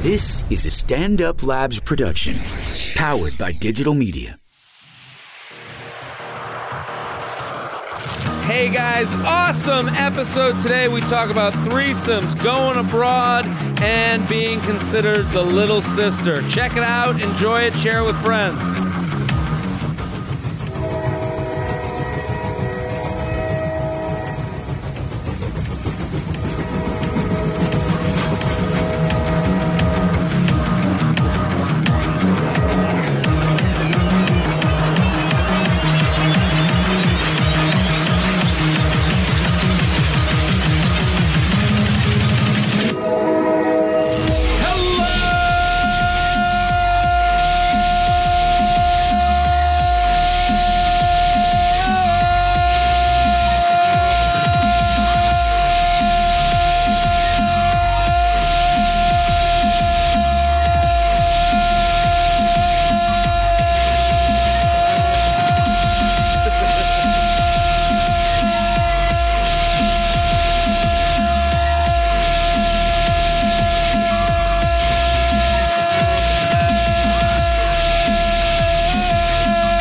This is a Stand Up Labs production, powered by digital media. Hey guys, awesome episode today. We talk about threesomes, going abroad, and being considered the little sister. Check it out, enjoy it, share it with friends.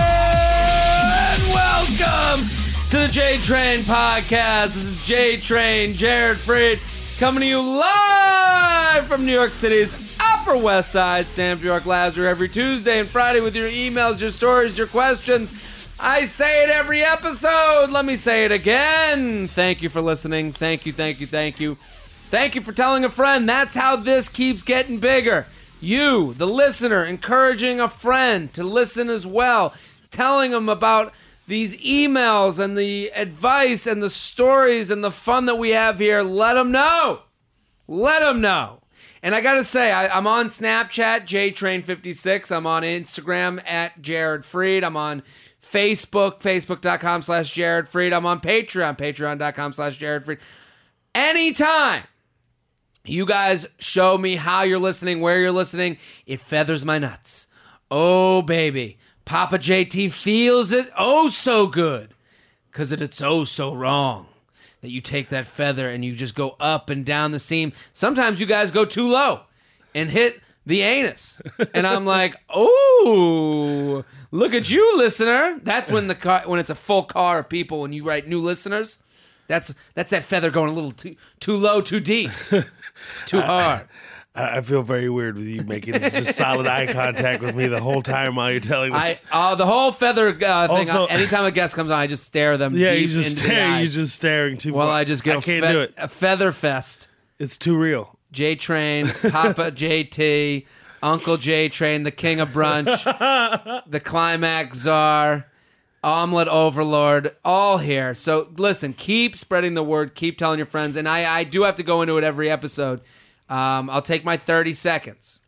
And welcome to the J Train Podcast. This is J Train, Jared Freed, coming to you live from New York City's Upper West Side, Sam York Lazar, every Tuesday and Friday with your emails, your stories, your questions. I say it every episode. Let me say it again. Thank you for listening. Thank you, thank you, thank you. Thank you for telling a friend. That's how this keeps getting bigger. You, the listener, encouraging a friend to listen as well, telling them about these emails and the advice and the stories and the fun that we have here. Let them know. Let them know. And I gotta say, I, I'm on Snapchat, JTrain56. I'm on Instagram at Jared Freed. I'm on Facebook, Facebook.com slash Jared Freed. I'm on Patreon, patreon.com slash Jared Freed. Anytime you guys show me how you're listening, where you're listening, it feathers my nuts. Oh, baby. Papa JT feels it oh so good because it's oh so wrong that you take that feather and you just go up and down the seam. Sometimes you guys go too low and hit the anus. And I'm like, oh, look at you, listener. That's when the car, when it's a full car of people, when you write new listeners. That's that's that feather going a little too too low, too deep, too Uh, hard. I I feel very weird with you making just solid eye contact with me the whole time while you're telling me. I uh, the whole feather uh, thing. Also- uh, anytime a guest comes on, I just stare them. yeah, deep you just into the staring. You eyes. just staring too. Well, far. I just get I a can't fe- do it. A feather fest. It's too real. J Train, Papa JT, Uncle J Train, the King of Brunch, the Climax Czar, Omelet Overlord, all here. So listen, keep spreading the word, keep telling your friends, and I, I do have to go into it every episode. Um, I'll take my thirty seconds.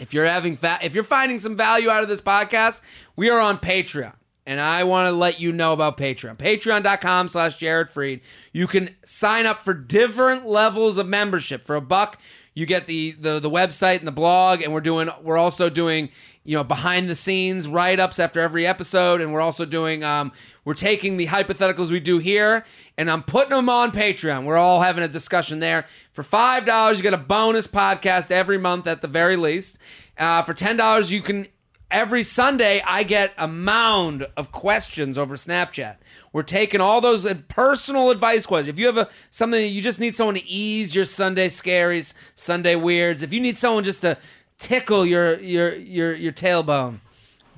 If you're having fa- if you're finding some value out of this podcast, we are on Patreon. And I want to let you know about Patreon. Patreon.com slash Jared Freed. You can sign up for different levels of membership. For a buck, you get the, the the website and the blog, and we're doing we're also doing, you know, behind the scenes write-ups after every episode, and we're also doing um we're taking the hypotheticals we do here and I'm putting them on Patreon. We're all having a discussion there. For five dollars, you get a bonus podcast every month at the very least. Uh, for ten dollars, you can every Sunday I get a mound of questions over Snapchat. We're taking all those uh, personal advice questions. If you have a something that you just need someone to ease your Sunday scaries, Sunday weirds. If you need someone just to tickle your your your your tailbone.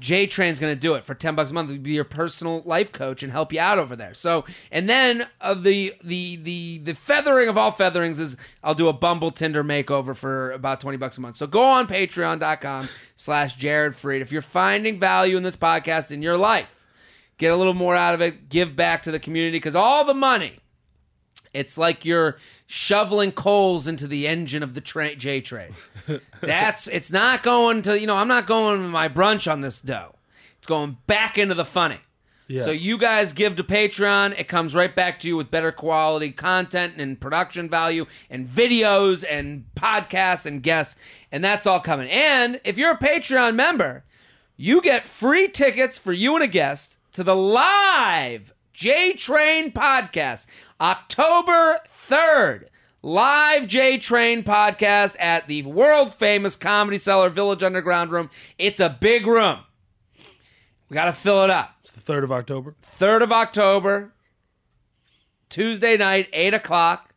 J Train's going to do it for 10 bucks a month to be your personal life coach and help you out over there. So, and then uh, the the the the feathering of all featherings is I'll do a Bumble Tinder makeover for about 20 bucks a month. So go on patreon.com slash Jared Freed. If you're finding value in this podcast in your life, get a little more out of it, give back to the community because all the money it's like you're shoveling coals into the engine of the tra- J train. That's it's not going to you know I'm not going to my brunch on this dough. It's going back into the funny. So you guys give to Patreon, it comes right back to you with better quality content and production value and videos and podcasts and guests and that's all coming. And if you're a Patreon member, you get free tickets for you and a guest to the live J Train podcast, October 3rd. live J Train podcast at the world famous Comedy Cellar Village Underground Room. It's a big room. We got to fill it up. It's the 3rd of October. 3rd of October, Tuesday night, 8 o'clock.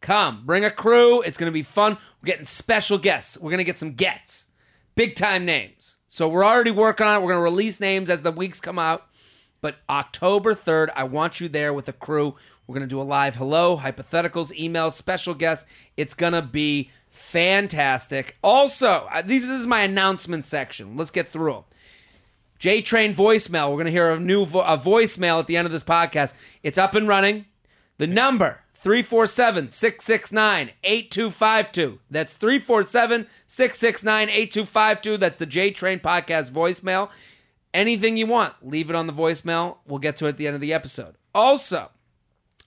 Come, bring a crew. It's going to be fun. We're getting special guests. We're going to get some gets, big time names. So we're already working on it. We're going to release names as the weeks come out. But October 3rd, I want you there with a crew. We're going to do a live hello, hypotheticals, emails, special guests. It's going to be fantastic. Also, uh, these, this is my announcement section. Let's get through them. J Train voicemail. We're going to hear a new vo- a voicemail at the end of this podcast. It's up and running. The number 347 669 8252. That's 347 669 8252. That's the J Train podcast voicemail. Anything you want, leave it on the voicemail. We'll get to it at the end of the episode. Also,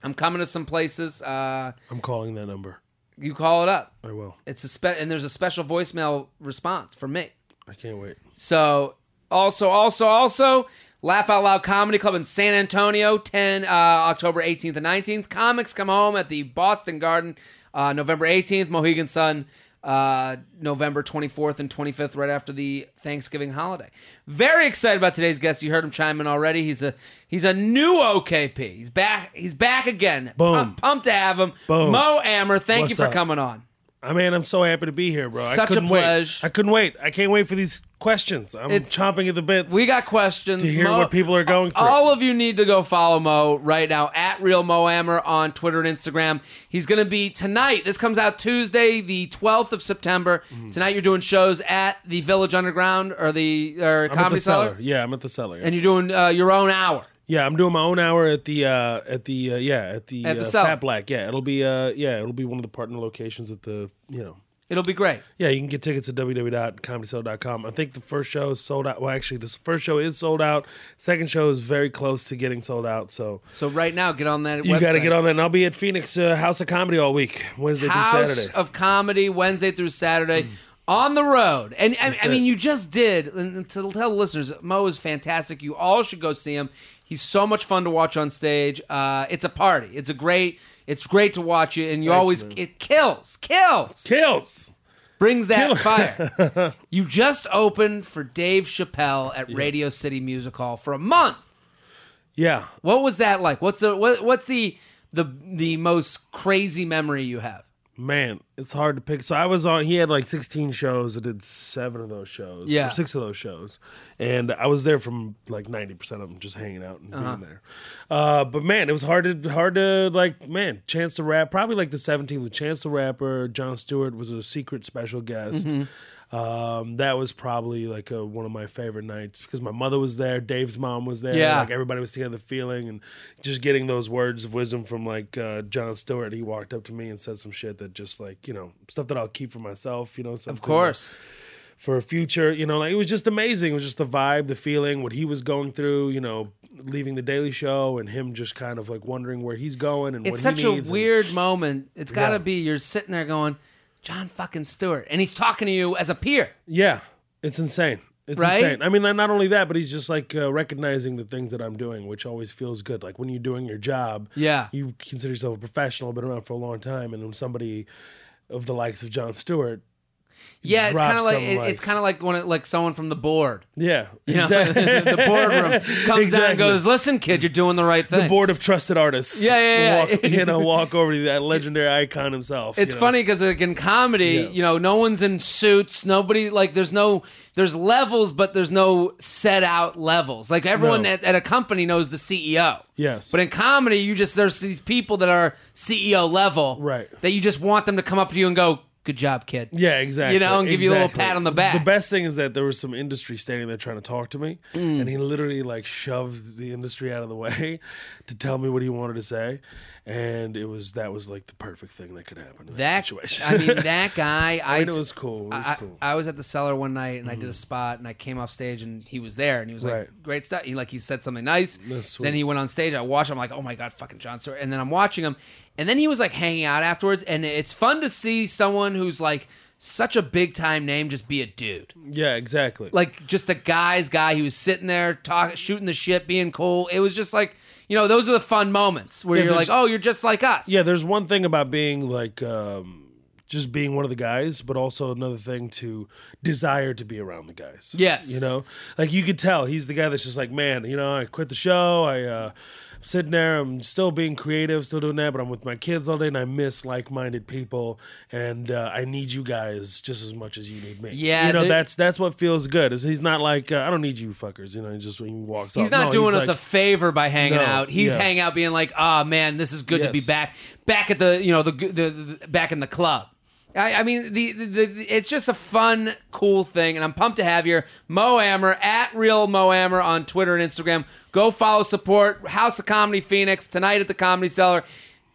I'm coming to some places. Uh, I'm calling that number. you call it up. I will. It's a spe- and there's a special voicemail response for me. I can't wait. So also, also, also, Laugh Out Loud Comedy Club in San Antonio, 10 uh, October 18th and 19th. Comics come home at the Boston Garden, uh, November 18th. Mohegan Sun, uh, November 24th and 25th, right after the Thanksgiving holiday. Very excited about today's guest. You heard him chime in already. He's a he's a new OKP. He's back. He's back again. Boom. Pumped, pumped to have him. Boom. Mo Ammer, thank What's you for up? coming on. I mean, I'm so happy to be here, bro. I Such a couldn't wait. pleasure. I couldn't wait. I can't wait for these questions. I'm It- chomping at the bits. We got questions. To hear what people are going through. All of you need to go follow Mo right now at Real Mo Ammer on Twitter and Instagram. He's going to be tonight. This comes out Tuesday, the twelfth of September. Mm-hmm. Tonight you're doing shows at the Village Underground or the or I'm at Comedy the cellar. Cellar, Yeah, I'm at the cellar. and you're doing uh, your own hour. yeah, I'm doing my own hour at the uh at the uh, yeah at the, At the uh, cellar. Fat Black. Yeah, it'll be uh yeah it'll be one of the partner locations at the you know It'll be great. Yeah, you can get tickets at www.comedysell.com. I think the first show is sold out. Well, actually, this first show is sold out. Second show is very close to getting sold out. So So right now, get on that. you got to website. get on that. And I'll be at Phoenix uh, House of Comedy all week, Wednesday House through Saturday. Mm. of Comedy Wednesday through Saturday on the road. And I, I it. mean, you just did. And to tell the listeners, Mo is fantastic. You all should go see him. He's so much fun to watch on stage. Uh, it's a party. It's a great. It's great to watch you, and you always it kills, kills, Kills. brings that fire. you just opened for Dave Chappelle at Radio City Music Hall for a month. Yeah. What was that like? What's the what, what's the the the most crazy memory you have? Man, it's hard to pick. So I was on. He had like 16 shows. I did seven of those shows. or Yeah. six of those shows, and I was there from like 90 percent of them, just hanging out and Uh-huh. being there. Uh, but man, it was hard to hard to like man. Chance the Rap, probably like the 17 with Chance the Rapper. John Stewart was a secret special guest. Mm-hmm. Um, that was probably like a, one of my favorite nights because my mother was there, Dave's mom was there, Yeah. like everybody was together feeling and just getting those words of wisdom from like uh, John Stewart. He walked up to me and said some shit that just like you know stuff that I'll keep for myself, you know. Of course. for a future, you know, like it was just amazing. It was just the vibe, the feeling, what he was going through, you know, leaving the Daily Show and him just kind of like wondering where he's going and it's what such he a needs. and- weird moment. It's got to Yeah. be you're sitting there going, John fucking Stewart, and he's talking to you as a peer. Yeah, it's insane. It's Right? insane. I mean, not not only that, but he's just like uh, recognizing the things that I'm doing, which always feels good. Like when you're doing your job, Yeah. you consider yourself a professional, been around for a long time, and when somebody of the likes of John Stewart, Yeah, it's drop kind of like something it, it's like- kind of like when it, like someone from the board, yeah, you know, exactly. the boardroom comes down Exactly. and goes, "Listen, kid, you're doing the right thing." the board of trusted artists, Yeah, yeah, yeah. walk, you know, walk over to that legendary icon himself. It's you know? funny 'cause funny because like in comedy, Yeah. you know, no one's in suits. Nobody like there's no there's levels, but there's no set out levels. Like everyone No. at, at a company knows the E CEO. Yes. But in comedy, you just there's these people that are CEO level, Right. That you just want them to come up to you and go, "Good job, kid." Yeah, exactly. You know, and give you a little exactly. pat on the back. The best thing is that there was some industry standing there trying to talk to me, Mm. and he literally like shoved the industry out of the way to tell me what he wanted to say, and it was that was like the perfect thing that could happen in that, That situation. I mean, that guy. I, and it was cool. It was I, cool. Mm-hmm. I was at the cellar one night and I did a spot and I came off stage and he was there and he was like, Right. "Great stuff." He like he said something nice. That's sweet. Then he went on stage. I watched. him. I'm like, "Oh my god, fucking John Stewart!" And then I'm watching him, and then he was like hanging out afterwards. And it's fun to see someone who's like such a big time name just be a dude. Yeah, exactly. Like just a guy's guy. He was sitting there talking, shooting the shit, being cool. It was just like you know those are the fun moments where Yeah, you're like, there's- oh, you're just like us. yeah, there's one thing about being like um, just being one of the guys, but also another thing to desire to be around the guys. Yes. you know, like you could tell he's the guy that's just like, man, you know, I quit the show. I uh, I'm sitting there, I'm still being creative, still doing that, but I'm with my kids all day, and I miss like-minded people, and uh, I need you guys just as much as you need me. Yeah, you know, there- that's that's what feels good. Is he's not like uh, I don't need you fuckers. You know, he just he walks. He's off. not No, doing us like- a favor by hanging No, out. He's yeah. hanging out, being like, "Ah, man, this is good to be Yes. back, back at the you know the the, the back in the club." I, I mean, the, the, the it's just a fun, cool thing, and I'm pumped to have you, here. Mo Ammer at Real Mo Ammer on Twitter and Instagram. Go follow, support House of Comedy Phoenix tonight at the Comedy Cellar.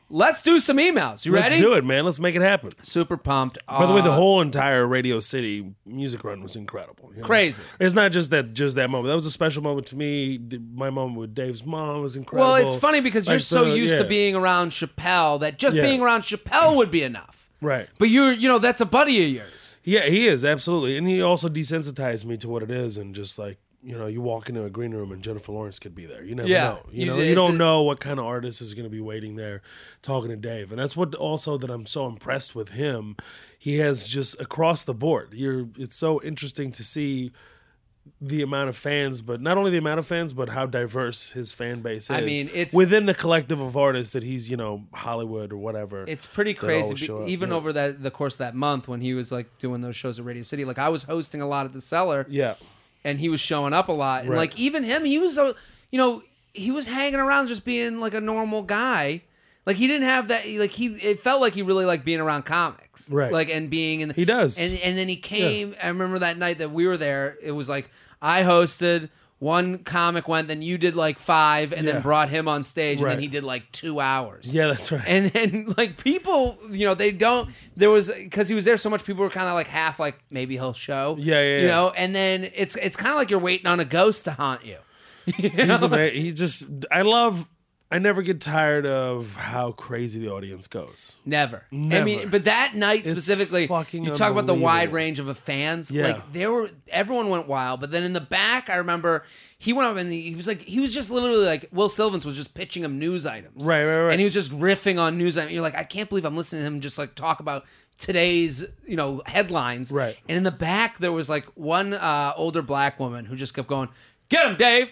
Let's do some emails. You Let's ready? do it, man. Let's make it happen. Super pumped. By the way, Uh, the whole entire Radio City music run was incredible. you know? Crazy. It's not just that just that moment. That was a special moment to me. D- My moment with Dave's mom was incredible. well, it's funny because you're Like, so the- used to yeah. being around Chappelle that just Yeah. being around Chappelle would be enough. right. But you're, you know, that's a buddy of yours. Yeah, he is absolutely, and he also desensitized me to what it is, and just like you know, you walk into a green room and Jennifer Lawrence could be there. You never Yeah, know. You, you know, did- you don't it's a- know what kind of artist is going to be waiting there talking to Dave, and that's what also that I'm so impressed with him. He has just across the board. You're, it's so interesting to see the amount of fans, but not only the amount of fans, but how diverse his fan base is. I mean, it's- within the collective of artists that he's, you know, Hollywood or whatever. It's pretty that crazy. always be- show up. even Yeah. over that the course of that month when he was like doing those shows at Radio City, like I was hosting a lot at the cellar, yeah, and he was showing up a lot. And Right. like even him, he was, a, you know, he was hanging around just being like a normal guy. Like he didn't have that. Like he, it felt like he really liked being around comics, Right. Like and being in. He does. And and then he came. I remember that night that we were there. It was like I hosted. One comic went, then you did like five, and Yeah. then brought him on stage, and Right. then he did like two hours yeah, that's right. and then like people you know they don't there was because he was there so much people were kind of like half like maybe he'll show Yeah, yeah, you yeah. know and then it's it's kind of like you're waiting on a ghost to haunt you He's ama- he just I love I never get tired of how crazy the audience goes. never. i Never. mean but that night specifically fucking you talk about the wide unbelievable. range of a fans Yeah. like there were everyone went wild but then in the back i remember he went up and he, he was like he was just literally like will Sylvans was just pitching him news items Right, right, right. and he was just riffing on news items you're like i can't believe i'm listening to him just like talk about today's you know headlines Right. and in the back there was like one uh, older black woman who just kept going get him dave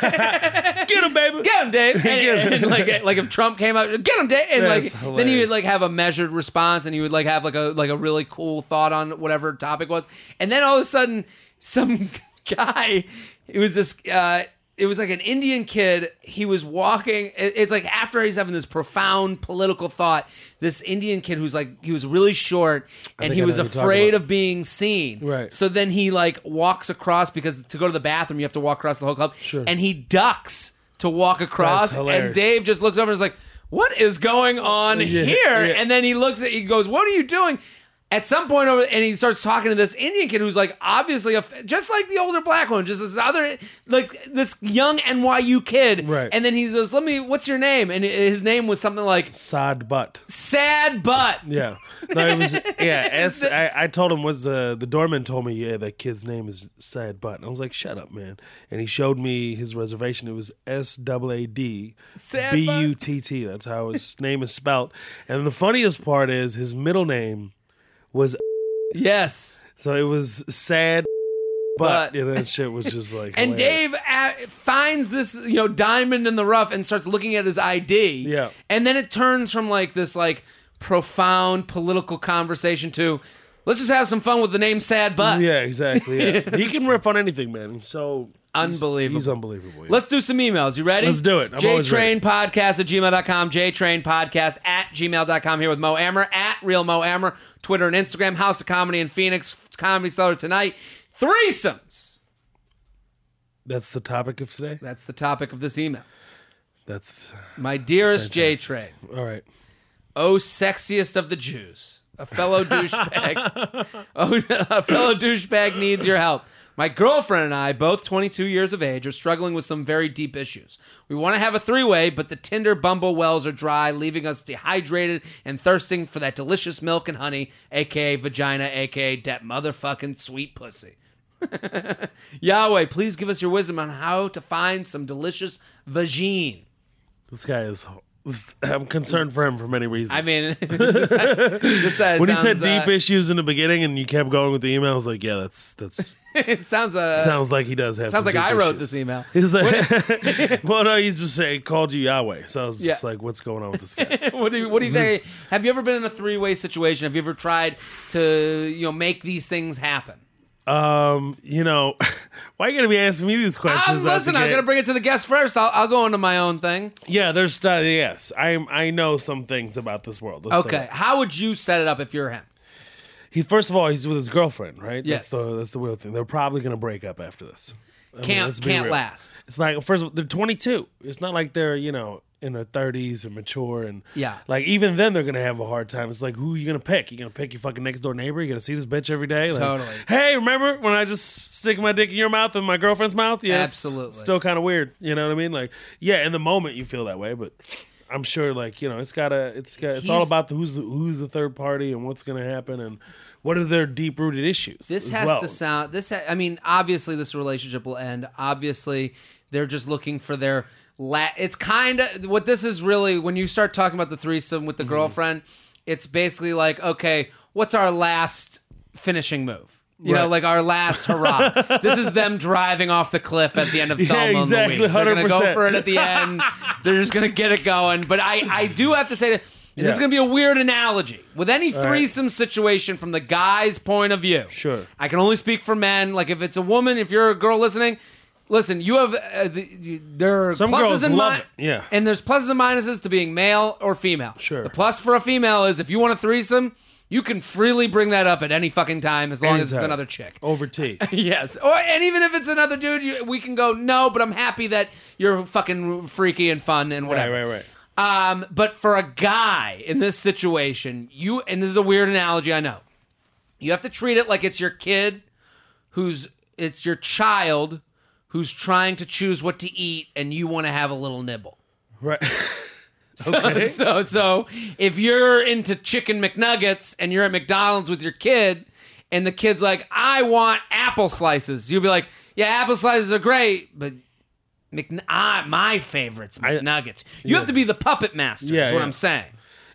Get him, baby. get him, Dave. And, Get him. and, like, like if Trump came out, get him, Dave. And like, That's then he would hilarious. like have a measured response, and he would like have like a like a really cool thought on whatever topic was. And then all of a sudden, some guy, it was this. uh it was like an Indian kid. He was walking. it- It's like after he's having this profound political thought. This Indian kid who's like he was really short and think he I know was who you're talking afraid about. of being seen. Right. So then he like walks across because to go to the bathroom you have to walk across the whole club. Sure. And he ducks to walk across, That's and hilarious. Dave just looks over and is like, "What is going on Yeah, here?" yeah. And then he looks at, he goes, "What are you doing?" At some point over, and he starts talking to this Indian kid who's like obviously a, f- just like the older black one, just this other like this young NYU kid. Right. And then he goes, "Let me, what's your name?" And his name was something like Sod butt. Sad Butt. Yeah. No, it was yeah, S I, I told him was uh, the doorman told me, yeah, that kid's name is Sad Butt. And I was like, Shut up, man. And he showed me his reservation. It was S double A D Sad B U T T. That's how his name is spelt. And the funniest part is his middle name was Yes. so it was sad Butt. butt, and that shit was just like And hilarious. Dave uh, finds this, you know, diamond in the rough and starts looking at his ID. Yeah. And then it turns from like this like profound political conversation to let's just have some fun with the name Sad Butt. Yeah, exactly. Yeah. he can riff on anything, man. He's so he's- Unbelievable. He's, unbelievable. yeah. Let's do some emails. You ready? Let's do it. I'm always ready. JTrainPodcast at gmail.com, JTrainPodcast at gmail.com here with Mo Ammer, at Real Mo Ammer, Twitter and Instagram, House of Comedy in Phoenix, Comedy Cellar tonight. Threesomes. That's the topic of today. That's the topic of this email. That's My dearest J Train. all right. oh sexiest of the Jews, a fellow douchebag, oh, a fellow douchebag needs your help. My girlfriend and I, both 22 years of age, are struggling with some very deep issues. We want to have a three way, but the Tinder Bumble wells are dry, leaving us dehydrated and thirsting for that delicious milk and honey, aka vagina, aka that motherfucking sweet pussy. Yahweh, please give us your wisdom on how to find some delicious vagine. This guy is. I'm concerned for him for many reasons. I mean, this guy- this guy when he sounds, said deep uh, issues in the beginning, and you kept going with the email, I was like, "Yeah, that's that's it sounds uh, sounds like he does have." sounds some like deep I wrote issues. this e- email. He's like, well, no, he's just saying called you Yahweh. So I was just Yeah. like, what's going on with this guy? what do you, what do you think? Have you ever been in a three way situation? Have you ever tried to you know make these things happen? um, you know, why you gonna be asking me these questions? Um, out listen, the I'm gate? gonna bring it to the guest first. I'll, I'll go into my own thing. Yeah, there's uh, yes, I'm. I know some things about this world. Let's say Okay, that. how would you set it up if you're him? He first of all, he's with his girlfriend, right? Yes. That's the, that's the weird thing. They're probably gonna break up after this. I mean, Can't let's be can't real. last. It's like first of all, they're 22. It's not like they're you know in their 30s and mature and Yeah. Like even then they're gonna have a hard time. It's like who you gonna pick? You gonna pick your fucking next door neighbor? You gonna see this bitch every day? Like, Totally. Hey, remember when I just stick my dick in your mouth and my girlfriend's mouth? Yeah, it's Absolutely. Still kind of weird. You know what I mean? Like yeah, in the moment you feel that way, but. I'm sure, like you know, it's gotta, it's got, it's all He's- about the, who's the, who's the third party and what's gonna happen and what are their deep rooted issues. This as has well. to sound. This ha- I mean, obviously this relationship will end. Obviously, they're just looking for their. La- it's kind of what this is really when you start talking about the threesome Mm-hmm. with the girlfriend. It's basically like, okay, what's our last finishing move? You know, Right. like our last hurrah. this is them driving off the cliff at the end of Thelma exactly, and Louise. They're gonna go 100%. for it at the end. They're just gonna get it going. But I, I do have to say that. and This is Yeah. going to be a weird analogy. With any right. threesome situation from the guy's point of view, Sure. I can only speak for men. Like if it's a woman, if you're a girl listening, listen, you have uh, the, you, there are Some pluses girls and love min- it, yeah. and there's pluses and minuses to being male or female. Sure. The plus for a female is if you want a threesome, you can freely bring that up at any fucking time as long as it's Anytime. Oh. another chick. over tea. Yes, or and even if it's another dude, you, we can go no, but I'm happy that you're fucking freaky and fun and right, whatever. right, right. Um, but for a guy in this situation, you and this is a weird analogy, I know. You have to treat it like it's your kid who's it's your child who's trying to choose what to eat and you want to have a little nibble. Right. So, so so if you're into chicken McNuggets and you're at McDonald's with your kid and the kid's like, I want apple slices, you'll be like, Yeah, apple slices are great, but McN- I, my favorite's McNuggets. you have to be the puppet master, Yeah, is what yeah. I'm saying.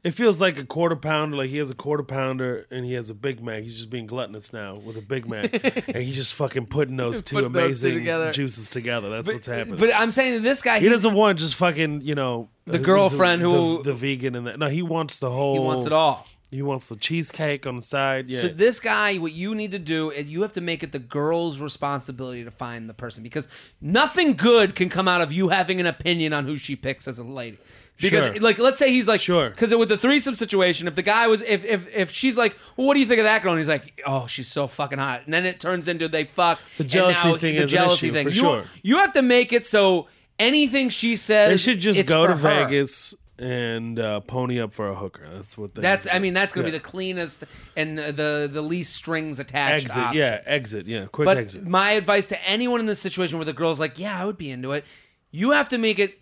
It feels like a quarter pounder. Like he has a quarter pounder and he has a Big Mac. He's just being gluttonous now with a Big Mac, and he's just fucking putting those two putting those two amazing together. juices together. That's what's happening. But I'm saying that this guy, he he, doesn't want just fucking you know the girlfriend the, who- the vegan and that. No, he wants the whole. he wants it all. He wants the cheesecake on the side. Yeah. So this guy, what you need to do is you have to make it the girl's responsibility to find the person because nothing good can come out of you having an opinion on who she picks as a lady. Because Sure. like let's say he's like Sure. because with the threesome situation, if the guy was if if if she's like, well, what do you think of that girl? And he's like, oh, she's so fucking hot. And then it turns into they fuck. The jealousy and now thing the is an jealousy issue, thing. for you, sure. you have to make it so anything she says, they should just it's go for to her. Vegas and uh, pony up for a hooker. That's what. They That's I mean that's gonna Yeah. be the cleanest and the the least strings attached. exit. option. Yeah, exit. Yeah, quick But exit. my advice to anyone in this situation where the girl's like, "Yeah, I would be into it," you have to make it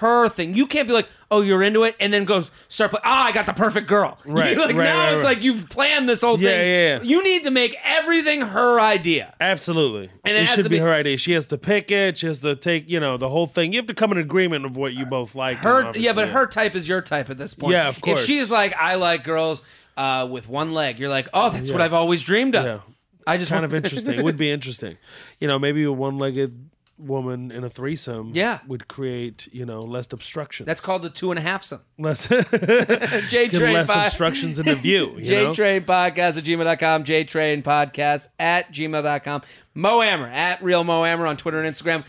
her thing. You can't be like, "Oh, you're into it," and then goes start playing. Ah, I got the perfect girl. Right, like right, now right, it's right. like you've planned this whole Yeah, thing. yeah, yeah. You need to make everything her idea. Absolutely. And And it it, has should to be, be- her idea. She has to pick it. She has to take, you know, the whole thing. You have to come in agreement of what you both like. and Her, obviously- yeah, but her type is your type at this point. Yeah, of course. If she's like, "I like girls uh, with one leg," you're like, "Oh, that's what I've always dreamed of." Yeah. I just Kind want- of interesting. it would be interesting. You know, maybe a one legged woman in a threesome Yeah. would create, you know, less obstructions. That's called the two and a half some. less, J Train less five. obstructions in the view. You J know? Train Podcast at gmail.com, J Train Podcast at gmail.com, Mo Ammer at Real Mo Ammer on Twitter and Instagram.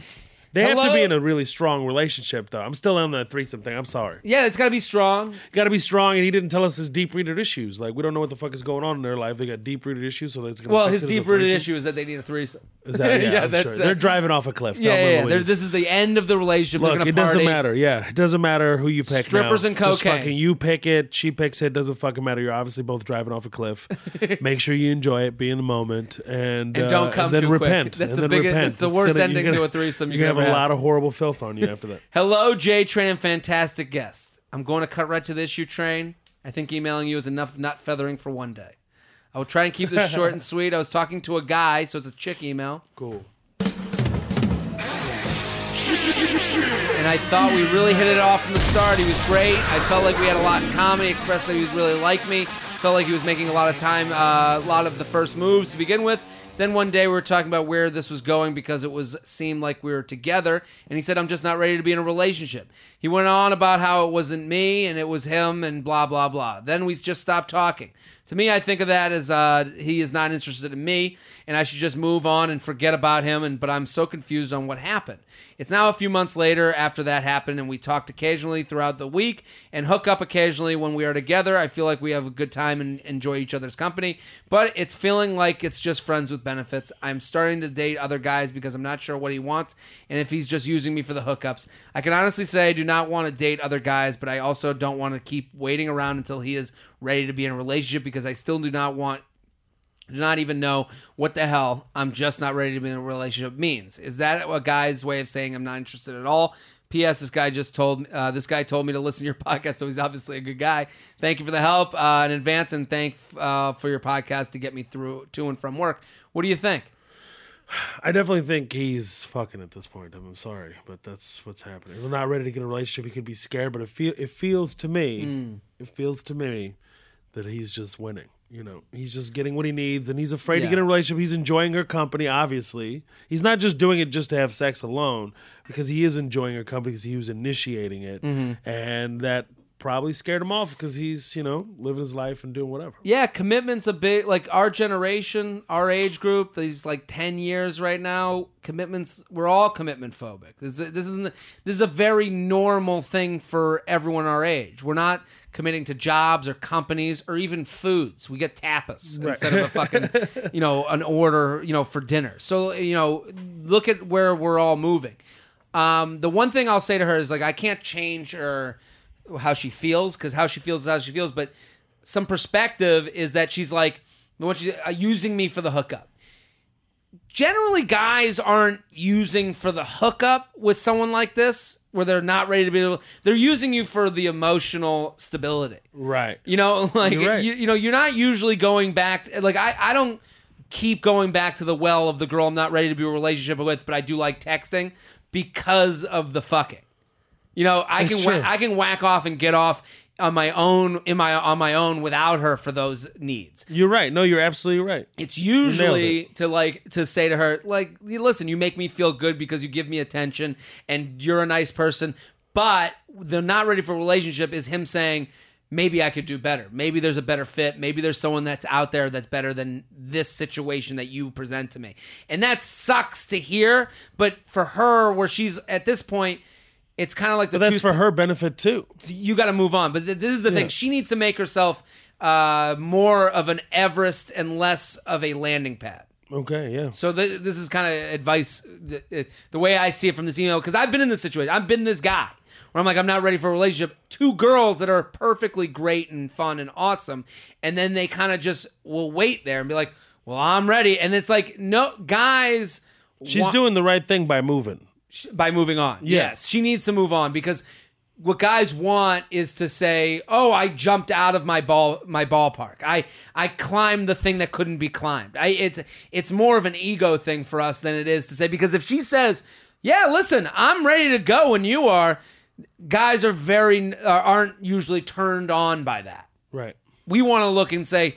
They have to Hello? be in a really strong relationship, though. I'm still on that threesome thing. I'm sorry. Yeah, it's got to be strong. Got to be strong, and he didn't tell us his deep rooted issues. Like we don't know what the fuck is going on in their life. They got deep rooted issues, so that's gonna. Well, affect his it as a deep rooted threesome. issue is that they need a threesome. Is that, yeah, I'm sure. uh, they're driving off a cliff. yeah, Tell me yeah. what They're- it is. This is the end of the relationship. They're Look, gonna it doesn't party. matter. Yeah, it doesn't matter who you pick. Strippers now. and Just cocaine. fucking you pick it. She picks it. Doesn't fucking matter. You're obviously both driving off a cliff. Make sure you enjoy it. Be in the moment and, And uh, don't come and then too quick. repent. That's and the then biggest- repent. that's the It's worst gonna- you're ending gonna- to a threesome you could You're gonna have a ever have. lot of horrible filth on you after that. Hello, J Train and fantastic guest. I'm going to cut right to the issue, Train. I think emailing you is enough nut feathering for one day. I will try and keep this short and sweet. I was talking to a guy, so it's a chick email. Cool. and I thought we really hit it off from the start. He was great. I felt like we had a lot in common. He expressed that he was really like me. Felt like he was making a lot of time, uh, a lot of the first moves to begin with. Then one day we were talking about where this was going because it was seemed like we were together, and he said, "I'm just not ready to be in a relationship." He went on about how it wasn't me and it was him, and blah blah blah. Then we just stopped talking. To me, I think of that as uh, he is not interested in me, and I should just move on and forget about him. And but I'm so confused on what happened. It's now a few months later after that happened, and we talked occasionally throughout the week and hook up occasionally when we are together. I feel like we have a good time and enjoy each other's company, but it's feeling like it's just friends with benefits. I'm starting to date other guys because I'm not sure what he wants and if he's just using me for the hookups. I can honestly say I do not want to date other guys, but I also don't want to keep waiting around until he is ready to be in a relationship because I still do not want do not even know what the hell I'm just not ready to be in a relationship means. Is that a guy's way of saying I'm not interested at all? P.S. This guy just told uh, this guy told me to listen to your podcast, so he's obviously a good guy. Thank you for the help uh, in advance, and thank uh, for your podcast to get me through to and from work. What do you think? I definitely think he's fucking at this point. I'm sorry, but that's what's happening. We're not ready to get in a relationship. He could be scared, but it feel it feels to me, Hmm. it feels to me that he's just winning. You know, he's just getting what he needs, and he's afraid to Yeah. get in a relationship. He's enjoying her company. Obviously, he's not just doing it just to have sex alone, because he is enjoying her company because he was initiating it, Mm-hmm. and that probably scared him off because he's you know living his life and doing whatever. Yeah, commitment's a big like our generation, our age group, these like 10 years right now, commitments we're all commitment phobic. This, this isn't this is a very normal thing for everyone our age. We're not committing to jobs or companies or even foods. We get tapas instead of a fucking, you know, an order, you know, for dinner. So, you know, look at where we're all moving. Um, the one thing I'll say to her is like I can't change her how she feels because how she feels is how she feels. But some perspective is that she's like the one she's uh, using me for the hookup. Generally, guys aren't using for the hookup with someone like this where they're not ready to be. Able, they're using you for the emotional stability. Right. You know, like You're right. you, you know, you're not usually going back. Like I, I don't keep going back to the well of the girl I'm not ready to be in a relationship with, but I do like texting because of the fucking. You know, I That's can wha- true. I can whack off and get off on my own in my on my own without her for those needs. You're right. No, you're absolutely right. It's usually to like to say to her like listen, you make me feel good because you give me attention and you're a nice person, but the not ready for a relationship is him saying maybe I could do better. Maybe there's a better fit. Maybe there's someone that's out there that's better than this situation that you present to me. And that sucks to hear, but for her where she's at this point it's kind of like the But that's tooth- for her benefit too. you got to move on. But th- this is the thing. She needs to make herself uh, more of an Everest and less of a landing pad. Okay. Yeah. So th- this is kind of advice th- th- the way I see it from this email because I've been in this situation. I've been this guy where I'm like, I'm not ready for a relationship. Two girls that are perfectly great and fun and awesome, and then they kind of just will wait there and be like, "Well, I'm ready." And it's like, no, guys. She's wa- doing the right thing by moving. by moving on. Yes, she needs to move on because what guys want is to say, "Oh, I jumped out of my ball my ballpark. I I climbed the thing that couldn't be climbed." I it's it's more of an ego thing for us than it is to say because if she says, "Yeah, listen, I'm ready to go when you are," guys are very uh, aren't usually turned on by that. Right. We want to look and say,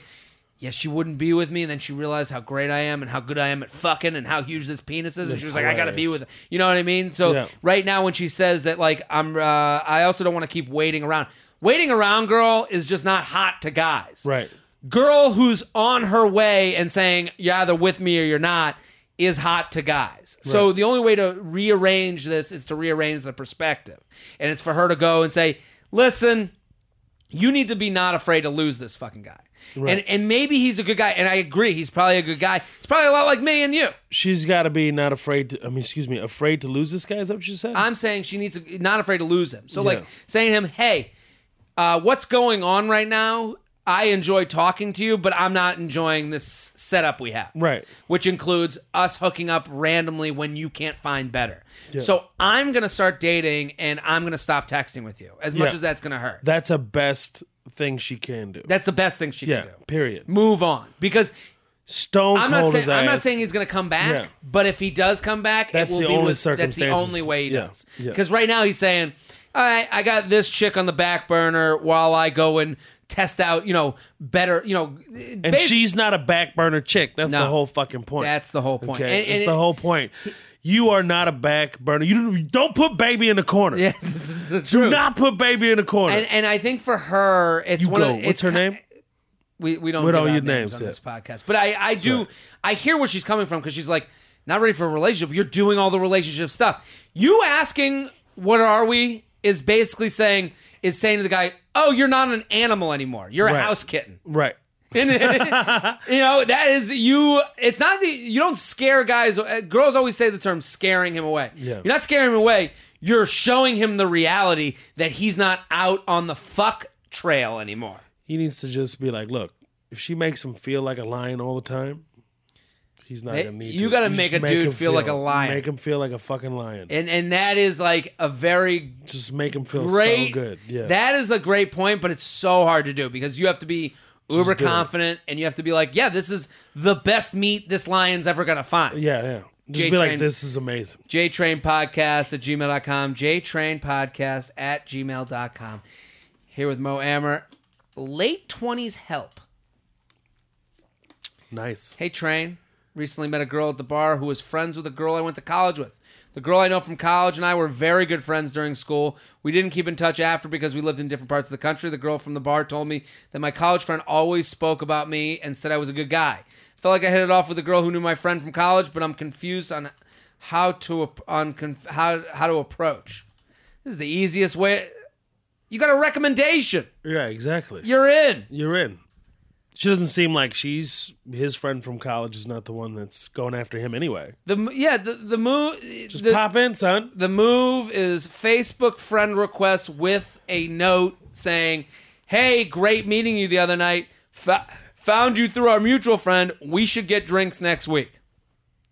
yeah, she wouldn't be with me. And then she realized how great I am and how good I am at fucking and how huge this penis is. And she was like, I got to be hilarious. with, you know what I mean? So Yeah. right now, when she says that, like, I'm, uh, I also don't want to keep waiting around. Waiting around, girl, is just not hot to guys. Right. Girl who's on her way and saying, you're either with me or you're not is hot to guys. So the only way to rearrange this is to rearrange the perspective. And it's for her to go and say, listen, you need to be not afraid to lose this fucking guy. And and maybe he's a good guy. And I agree, he's probably a good guy. He's probably a lot like me and you. She's got to be not afraid. To, I mean, excuse me, afraid to lose this guy. Is that what you said? I'm saying she needs to not afraid to lose him. So Yeah. like saying to him, hey, uh, what's going on right now? I enjoy talking to you, but I'm not enjoying this setup we have. Right. Which includes us hooking up randomly when you can't find better. So I'm gonna start dating and I'm gonna stop texting with you. As much Yeah. as that's gonna hurt. That's a best thing she can do. That's the best thing she yeah. can do. Period. Move on. Because Stone I'm cold not as saying I'm not ice. saying he's going to come back, Yeah. but if he does come back, That's it will the be only with, that's the circumstances. only way he Yeah. does. Yeah. Because right now he's saying, "All right, I got this chick on the back burner while I go and test out, you know, better, you know." And she's not a back burner chick. That's the No. whole fucking point. that's the whole point. Okay, And- it's and the it- whole point. You are not a back burner. You don't, you don't put baby in the corner. Yeah, this is the truth. Do not put baby in the corner. and and I think for her, it's you one go. of What's it's her ki- name? We we don't We give don't out use names, names, on yeah. this podcast, but I I do right. I hear where she's coming from because she's like not ready for a relationship. You're doing all the relationship stuff. You asking what are we is basically saying is saying to the guy, oh, you're not an animal anymore. You're Right. a house kitten. Right. And, you know that is you. It's not the you don't scare guys. uh, Girls always say the term scaring him away. Yeah. You're not scaring him away. You're showing him the reality that he's not out on the fuck trail anymore. He needs to just be like, look, if she makes him feel like a lion all the time, he's not Hey, gonna need. you to. gotta just make a him dude feel like a lion. Make him feel like a fucking lion. and and that is like a very just make him feel great so good. Yeah. that is a great point but it's so hard to do because you have to be uber do it. confident and you have to be like yeah this is the best meat this lion's ever gonna find yeah. Yeah. Just Jay be like, Train. this is amazing. jtrain podcast at gmail.com jtrain podcast at gmail.com here with mo ammer late 20s help Nice. Hey, Train. Recently met a girl at the bar who was friends with a girl I went to college with. The girl I know from college and I were very good friends during school. We didn't keep in touch after because we lived in different parts of the country. The girl from the bar told me that my college friend always spoke about me and said I was a good guy. Felt like I hit it off with a girl who knew my friend from college, but I'm confused on how to ap- on conf- how how to approach. This is the easiest way. You got a recommendation. Yeah. Exactly. You're in. You're in. She doesn't seem like she's his friend from college is not the one that's going after him anyway. The m- yeah the the move Just pop in, son. The move is Facebook friend request with a note saying, "Hey, great meeting you the other night. Fo- found you through our mutual friend. We should get drinks next week.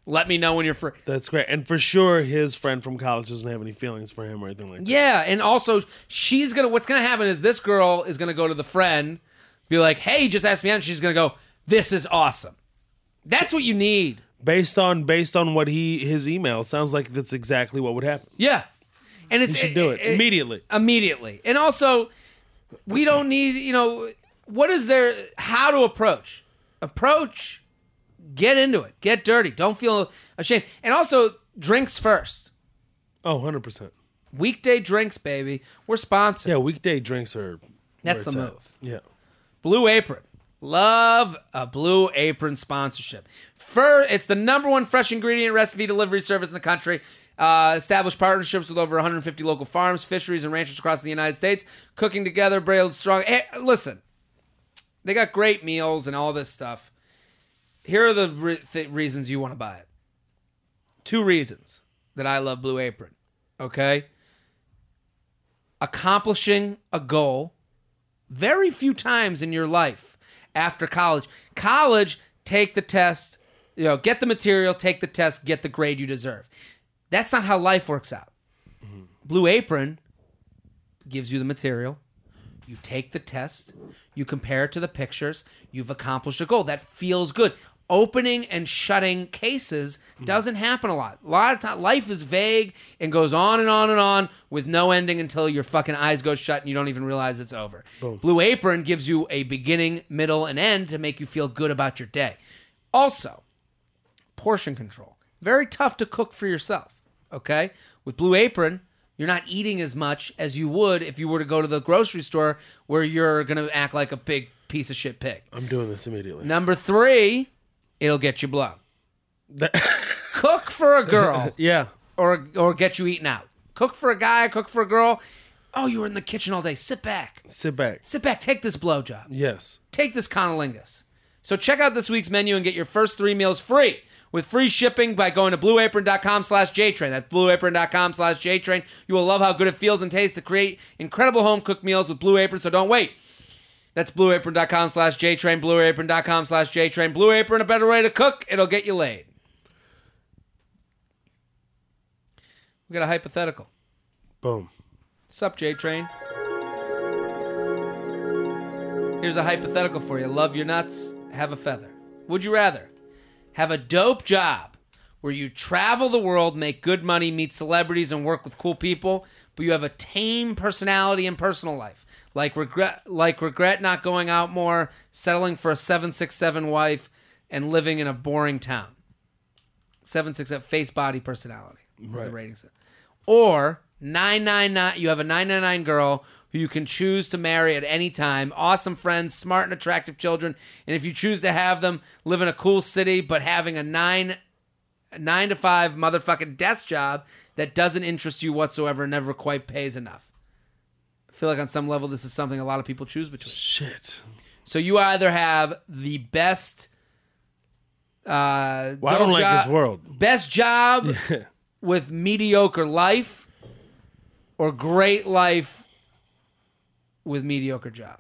Let me know when you're free." That's great. And for sure, his friend from college doesn't have any feelings for him or anything like that. Yeah, and also she's gonna. What's gonna happen is this girl is gonna go to the friend, be like, "Hey, just ask me out." And she's gonna go, "This is awesome." That's what you need. Based on based on what he his email sounds like, that's exactly what would happen. Yeah, and it's You should do it immediately. immediately. And also, we don't need, you know, what is there, how to approach? Approach, get into it, get dirty, don't feel ashamed. And also, drinks first. Oh, 100 percent. Weekday drinks, baby. We're sponsored. Yeah, weekday drinks are. That's the where move. it's at. Yeah. Blue Apron. Love a Blue Apron sponsorship. Fur, it's the number one fresh ingredient recipe delivery service in the country. Uh, established partnerships with over 150 local farms, fisheries, and ranchers across the United States. Cooking together, brailed strong. Hey, listen, they got great meals and all this stuff. Here are the re- th- reasons you want to buy it. Two reasons that I love Blue Apron. Okay, accomplishing a goal very few times in your life after college. College, take the test, you know, get the material, take the test, get the grade you deserve. That's not how life works out. Blue Apron gives you the material. You take the test, you compare it to the pictures, you've accomplished a goal. That feels good. Opening and shutting cases doesn't happen a lot. A lot of time, life is vague and goes on and on and on with no ending until your fucking eyes go shut and you don't even realize it's over. Blue Apron gives you a beginning, middle, and end to make you feel good about your day. Also, portion control. Very tough to cook for yourself. Okay? With Blue Apron, you're not eating as much as you would if you were to go to the grocery store where you're going to act like a big piece of shit pig. I'm doing this immediately. Number three, it'll get you blown. That- cook for a girl Yeah. or or get you eaten out. Cook for a guy, cook for a girl. Oh, you were in the kitchen all day. Sit back. Sit back. Sit back. Take this blowjob. Yes. Take this conolingus. So check out this week's menu and get your first three meals free with free shipping by going to blueapron.com slash jtrain. That's blueapron.com slash jtrain. You will love how good it feels and tastes to create incredible home-cooked meals with Blue Apron, so don't wait. That's blueapron.com slash jtrain, blueapron.com slash jtrain. Blue Apron, a better way to cook. It'll get you laid. We got a hypothetical. Boom. Sup, J Train? Here's a hypothetical for you. Love your nuts, have a feather. Would you rather have a dope job where you travel the world, make good money, meet celebrities, and work with cool people, but you have a tame personality and personal life? Like regret, like regret not going out more, settling for a seven six seven wife, and living in a boring town. Seven six seven face body personality. Is the Right. rating set or 999 you have a 999 girl who you can choose to marry at any time awesome friends smart and attractive children and if you choose to have them live in a cool city but having a 9 9 to 5 motherfucking desk job that doesn't interest you whatsoever and never quite pays enough i feel like on some level this is something a lot of people choose between Shit. so you either have the best uh Well, I don't dope like job- this world. best job with mediocre life or great life with mediocre job.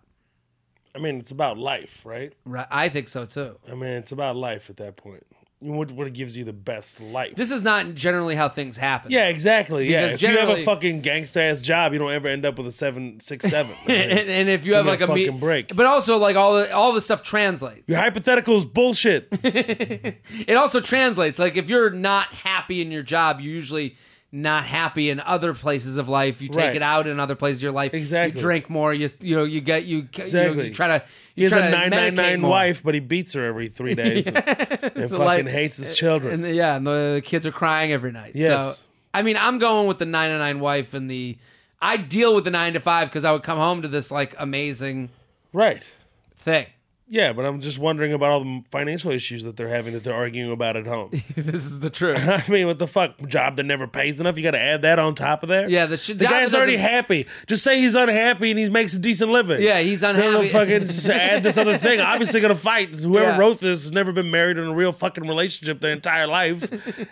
I mean, it's about life, right? Right? I think so too. I mean, it's about life at that point. What what gives you the best life? This is not generally how things happen. yeah, exactly. yeah, Because if you have generally- a fucking gangster ass job, you don't ever end up with a seven six seven. I mean, And, and if you have me a like a me- fucking break. but also like all the all the stuff translates. your hypothetical is bullshit. It also translates. Like if you're not happy in your job, you usually not happy in other places of life. You take Right. it out in other places of your life. Exactly. You drink more. You you know you get you you, know, Exactly. you try to He you has try a to nine nine medicate nine more. wife, but he beats her every three days and fucking like- hates his children. And the- yeah, and the, the kids are crying every night. Yes. So I mean, I'm going with the nine to nine wife and the. I deal with the nine to five because I would come home to this like amazing right. thing. Yeah, but I'm just wondering about all the financial issues that they're having that they're arguing about at home. this is the truth. I mean, what the fuck? Job that never pays enough. You got to add that on top of there. Yeah, the sh- the job guy's that already doesn't- happy. Just say he's unhappy and he makes a decent living. Yeah, he's Then they'll unhappy. fucking just add this other thing. Obviously, gonna fight. Whoever Yeah. wrote this has never been married in a real fucking relationship their entire life,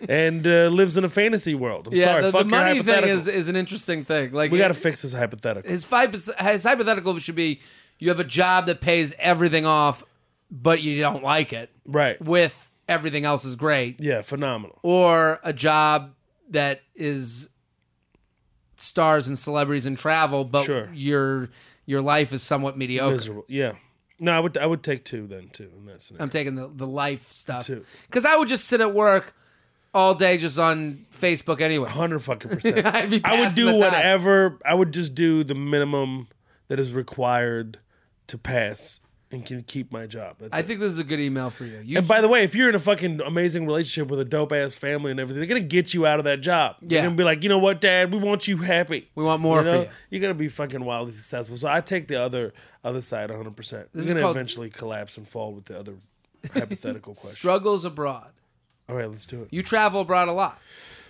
and uh, lives in a fantasy world. I'm yeah, sorry. the, fuck the money your thing hypothetical. is is an interesting thing. Like we got to fix this hypothetical. his five his hypothetical should be you have a job that pays everything off, but you don't like it. Right. With everything else is great, Yeah, phenomenal. or a job that is stars and celebrities and travel, but Sure. your your life is somewhat mediocre. Miserable. Yeah. No, I would I would take two then too in that scenario. I'm taking the, the life stuff Two. because I would just sit at work all day just on Facebook anyway. Hundred fucking percent. I'd be I would passing do the time. whatever. I would just do the minimum that is required to pass and can keep my job. That's I it. think this is a good email for you. You And by the way, if you're in a fucking amazing relationship with a dope ass family and everything, they're gonna get you out of that job. Yeah. They're gonna be like, you know what, Dad, we want you happy. We want more you for know? you. You're gonna be fucking wildly successful. So I take the other other side 100. percent You're is gonna called- eventually collapse and fall with the other hypothetical question. struggles abroad. All right, let's do it. You travel abroad a lot,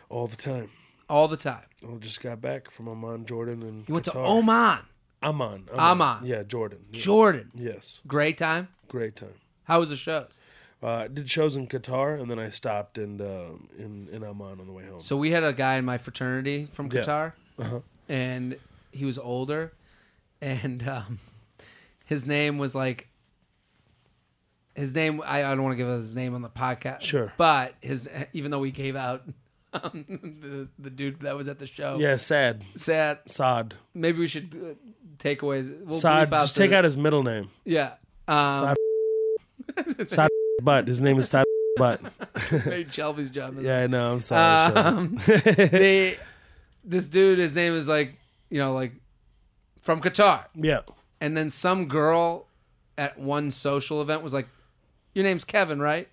All the time. all the time. I just got back from Amman, Jordan, and You went to Qatar. Oman, Amman. Amman. Yeah, Jordan. Yeah. Jordan. Yes, Great time. great time. How was the shows? Uh, I did shows in Qatar, and then I stopped in um in in Amman on the way home. So we had a guy in my fraternity from Yeah. Uh-huh. Qatar, and he was older, and um, his name was like his name. I, I don't want to give his name on the podcast, Sure. But his even though we gave out um, the the dude that was at the show, yeah, sad, sad. sad, Maybe we should uh, take away. We'll sad. bleep out Just the- take out his middle name, yeah. Um, sad. Butt. His name is sad. Butt. maybe Shelby's job. Is Yeah, I know. I'm sorry. Shelby. Um, they, this dude, his name is like, you know, like from Qatar. yeah. And then some girl at one social event was like, Your name's Kevin, right?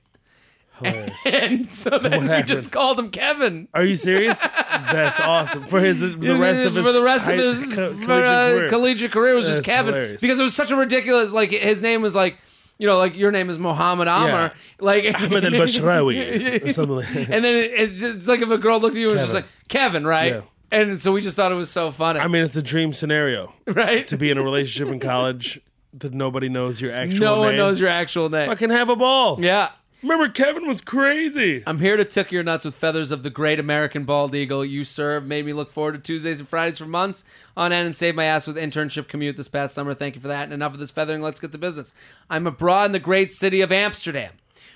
Hilarious. And so then we happened? just called him Kevin. Are you serious? That's awesome. For his the rest of his for the rest of high- his co- for, collegiate uh, career. collegiate career was just That's Kevin hilarious. because it was such a ridiculous like his name was like you know, like your name is Mohammed Amar, like Ahmed Al Bashrawi or something like that. and then it, it's just- it's like if a girl looked at you and was just like Kevin. Kevin, right? Yeah. And so we just thought it was so funny, I mean, it's the dream scenario right? to be in a relationship in college that nobody knows your actual no one name. knows your actual name. Fucking have a ball. yeah. Remember, Kevin was crazy. I'm here to tick your nuts with feathers of the great American bald eagle you serve. Made me look forward to Tuesdays and Fridays for months on end and save my ass with internship commute this past summer. Thank you for that. And enough of this feathering. Let's get to business. I'm abroad in the great city of Amsterdam.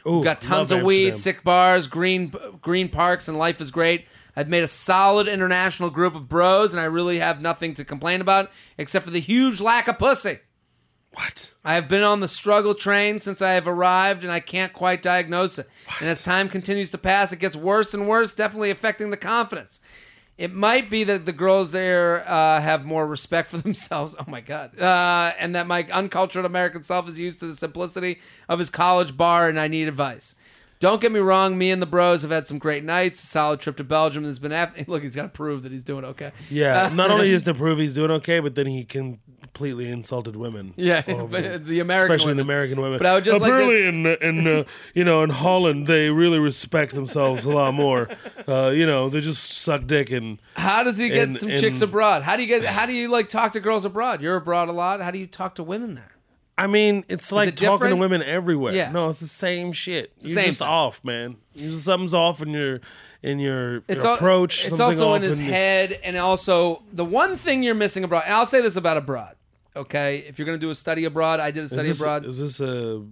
We've got tons love of weed, Amsterdam. sick bars, green green parks, and life is great. I've made a solid international group of bros, and I really have nothing to complain about except for the huge lack of pussy. What? I have been on the struggle train since I have arrived, and I can't quite diagnose it. And as time continues to pass, it gets worse and worse, definitely affecting the confidence. It might be that the girls there uh, have more respect for themselves. Oh my God. Uh, and that my uncultured American self is used to the simplicity of his college bar, and I need advice. Don't get me wrong, me and the bros have had some great nights. A solid trip to Belgium has been. Af- Look, he's got to prove that he's doing okay. Yeah. Uh, not only is to prove he's doing okay, but then he completely insulted women. Yeah, all over but the- the American Oh, especially women. the American women. But I would just like to- apparently in in uh, you know in Holland they really respect themselves a lot more. Uh, you know they just suck dick and How does he get And- some and- chicks abroad? How do you get? How do you like talk to girls abroad? You're abroad a lot. How do you talk to women there? I mean it's like it talking to different? women everywhere. Yeah. No, it's the same shit. You're same just thing. off, man. You just, something's off in your in your, It's your al- approach. It's something also off in his your- head, and also the one thing you're missing abroad. And I'll say this about abroad. Okay, if you're gonna do a study abroad, I did a Is study this, abroad. is this a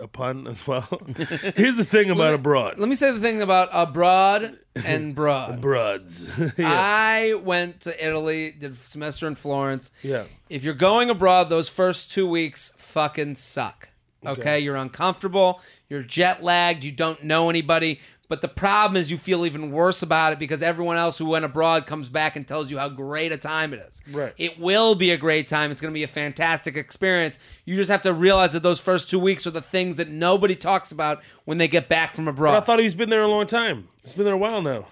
a pun as well? Here's the thing about abroad. Let me say the thing about abroad and broad. Broads. yeah. I went to Italy, did a semester in Florence. Yeah. If you're going abroad, those first two weeks fucking suck. Okay? You're uncomfortable. You're jet lagged. You don't know anybody. But the problem is you feel even worse about it because everyone else who went abroad comes back and tells you how great a time it is. Right. It will be a great time. It's going to be a fantastic experience. You just have to realize that those first two weeks are the things that nobody talks about when they get back from abroad. I thought he's been there a long time. He's been there a while now.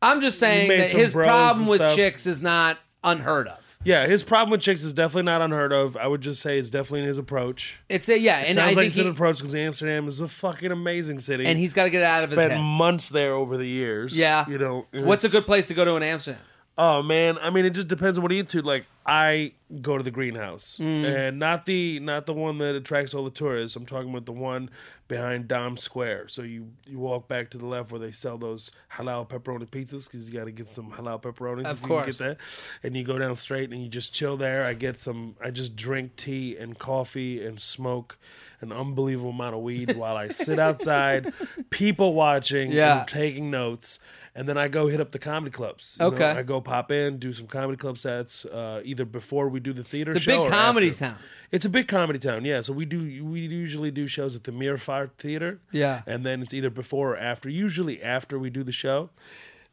I'm just saying made that some his bros problem and with stuff. chicks is not unheard of. Yeah, his problem with chicks is definitely not unheard of. I would just say it's definitely in his approach. It's a yeah, and Sounds I like think it's an he, approach because Amsterdam is a fucking amazing city. and he's got to get it out of his spent head. months there over the years. Yeah, you know and what's a it's- good place to go to in Amsterdam? Oh man, I mean, it just depends on what you're into. Like, I go to the greenhouse, Mm. and not the not the one that attracts all the tourists. I'm talking about the one behind Dom Square. So you you walk back to the left where they sell those halal pepperoni pizzas because you got to get some halal pepperonis Of if you can course. get that. And you go down straight and you just chill there. I get some. I just drink tea and coffee and smoke an unbelievable amount of weed while I sit outside, people watching, Yeah. and taking notes. And then I go hit up the comedy clubs. you know? Okay. I go pop in, do some comedy club sets, uh, either before we do the theater. It's a show big or comedy after. town. It's a big comedy town, yeah. So we do we usually do shows at the Mirfar Theater, Yeah. and then it's either before or after. Usually after we do the show,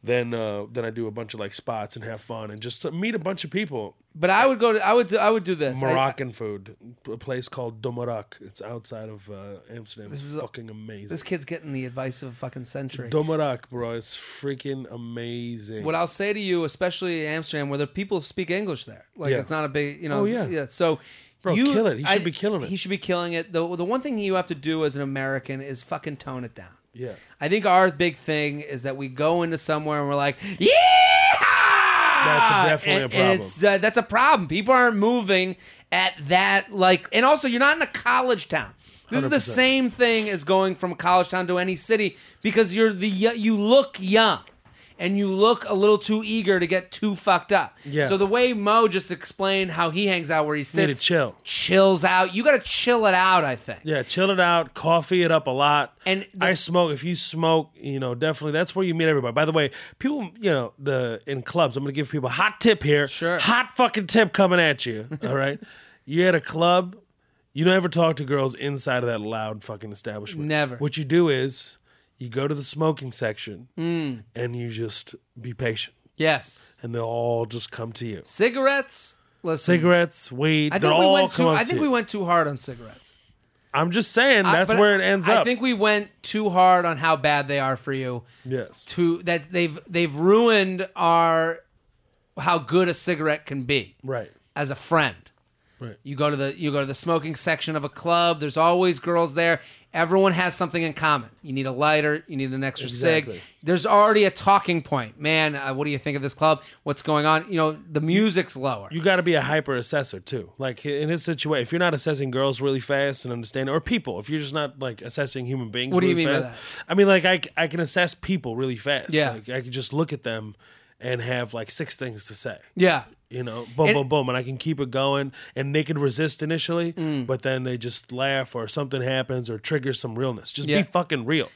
then uh, then I do a bunch of like spots and have fun and just to meet a bunch of people. But I would go to I would do, I would do this. I- Moroccan food, a place called Domarak. It's outside of uh, Amsterdam. It's fucking amazing. this kid's getting the advice of a fucking century. Domarak, bro, it's freaking amazing. What I'll say to you, especially in Amsterdam, where the people speak English there, like Yeah. it's not a big you know. Oh, yeah. yeah. So. Bro, you, kill it. He should be killing it. He should be killing it. The, the one thing you have to do as an American is fucking tone it down. yeah. I think our big thing is that we go into somewhere and we're like, yeah. definitely a and, problem. And it's, uh, that's a problem. People aren't moving at that like, and also you're not in a college town. This is the 100%. same thing as going from a college town to any city because you're the y- you look young. And you look a little too eager to get too fucked up. Yeah. So the way Mo just explained how he hangs out where he Need to sits, chill. chills out. You got to chill it out. I think. Yeah, chill it out, coffee it up a lot. And the- I smoke. If you smoke, you know, definitely that's where you meet everybody. By the way, people, you know, the in clubs, I'm gonna give people a hot tip here. Sure. Hot fucking tip coming at you. All right. You're at a club, you don't ever talk to girls inside of that loud fucking establishment. Never. What you do is you go to the smoking section Hmm. and you just be patient. Yes. And they'll all just come to you. Cigarettes. Listen. Cigarettes, weed, I they'll think we all went come too. up I to think you. we went too hard on cigarettes. I'm just saying I- that's but where it ends I up. think we went too hard on how bad they are for you. yes. To that they've they've ruined our how good a cigarette can be Right. as a friend. Right. You go to the you go to the smoking section of a club. There's always girls there. Everyone has something in common. You need a lighter. You need an extra Exactly. cig. There's already a talking point. Man, uh, what do you think of this club? What's going on? You know, the music's lower. you got to be a hyper assessor too. Like in his situation, if you're not assessing girls really fast and understanding, or people, if you're just not like assessing human beings. What do you really mean by fast, I mean, like I, c- I can assess people really fast. Yeah. like, I can just look at them and have like six things to say. yeah. You know, boom, And- boom, boom, and I can keep it going. And they can resist initially, Mm. but then they just laugh or something happens or triggers some realness. Just Yeah. be fucking real.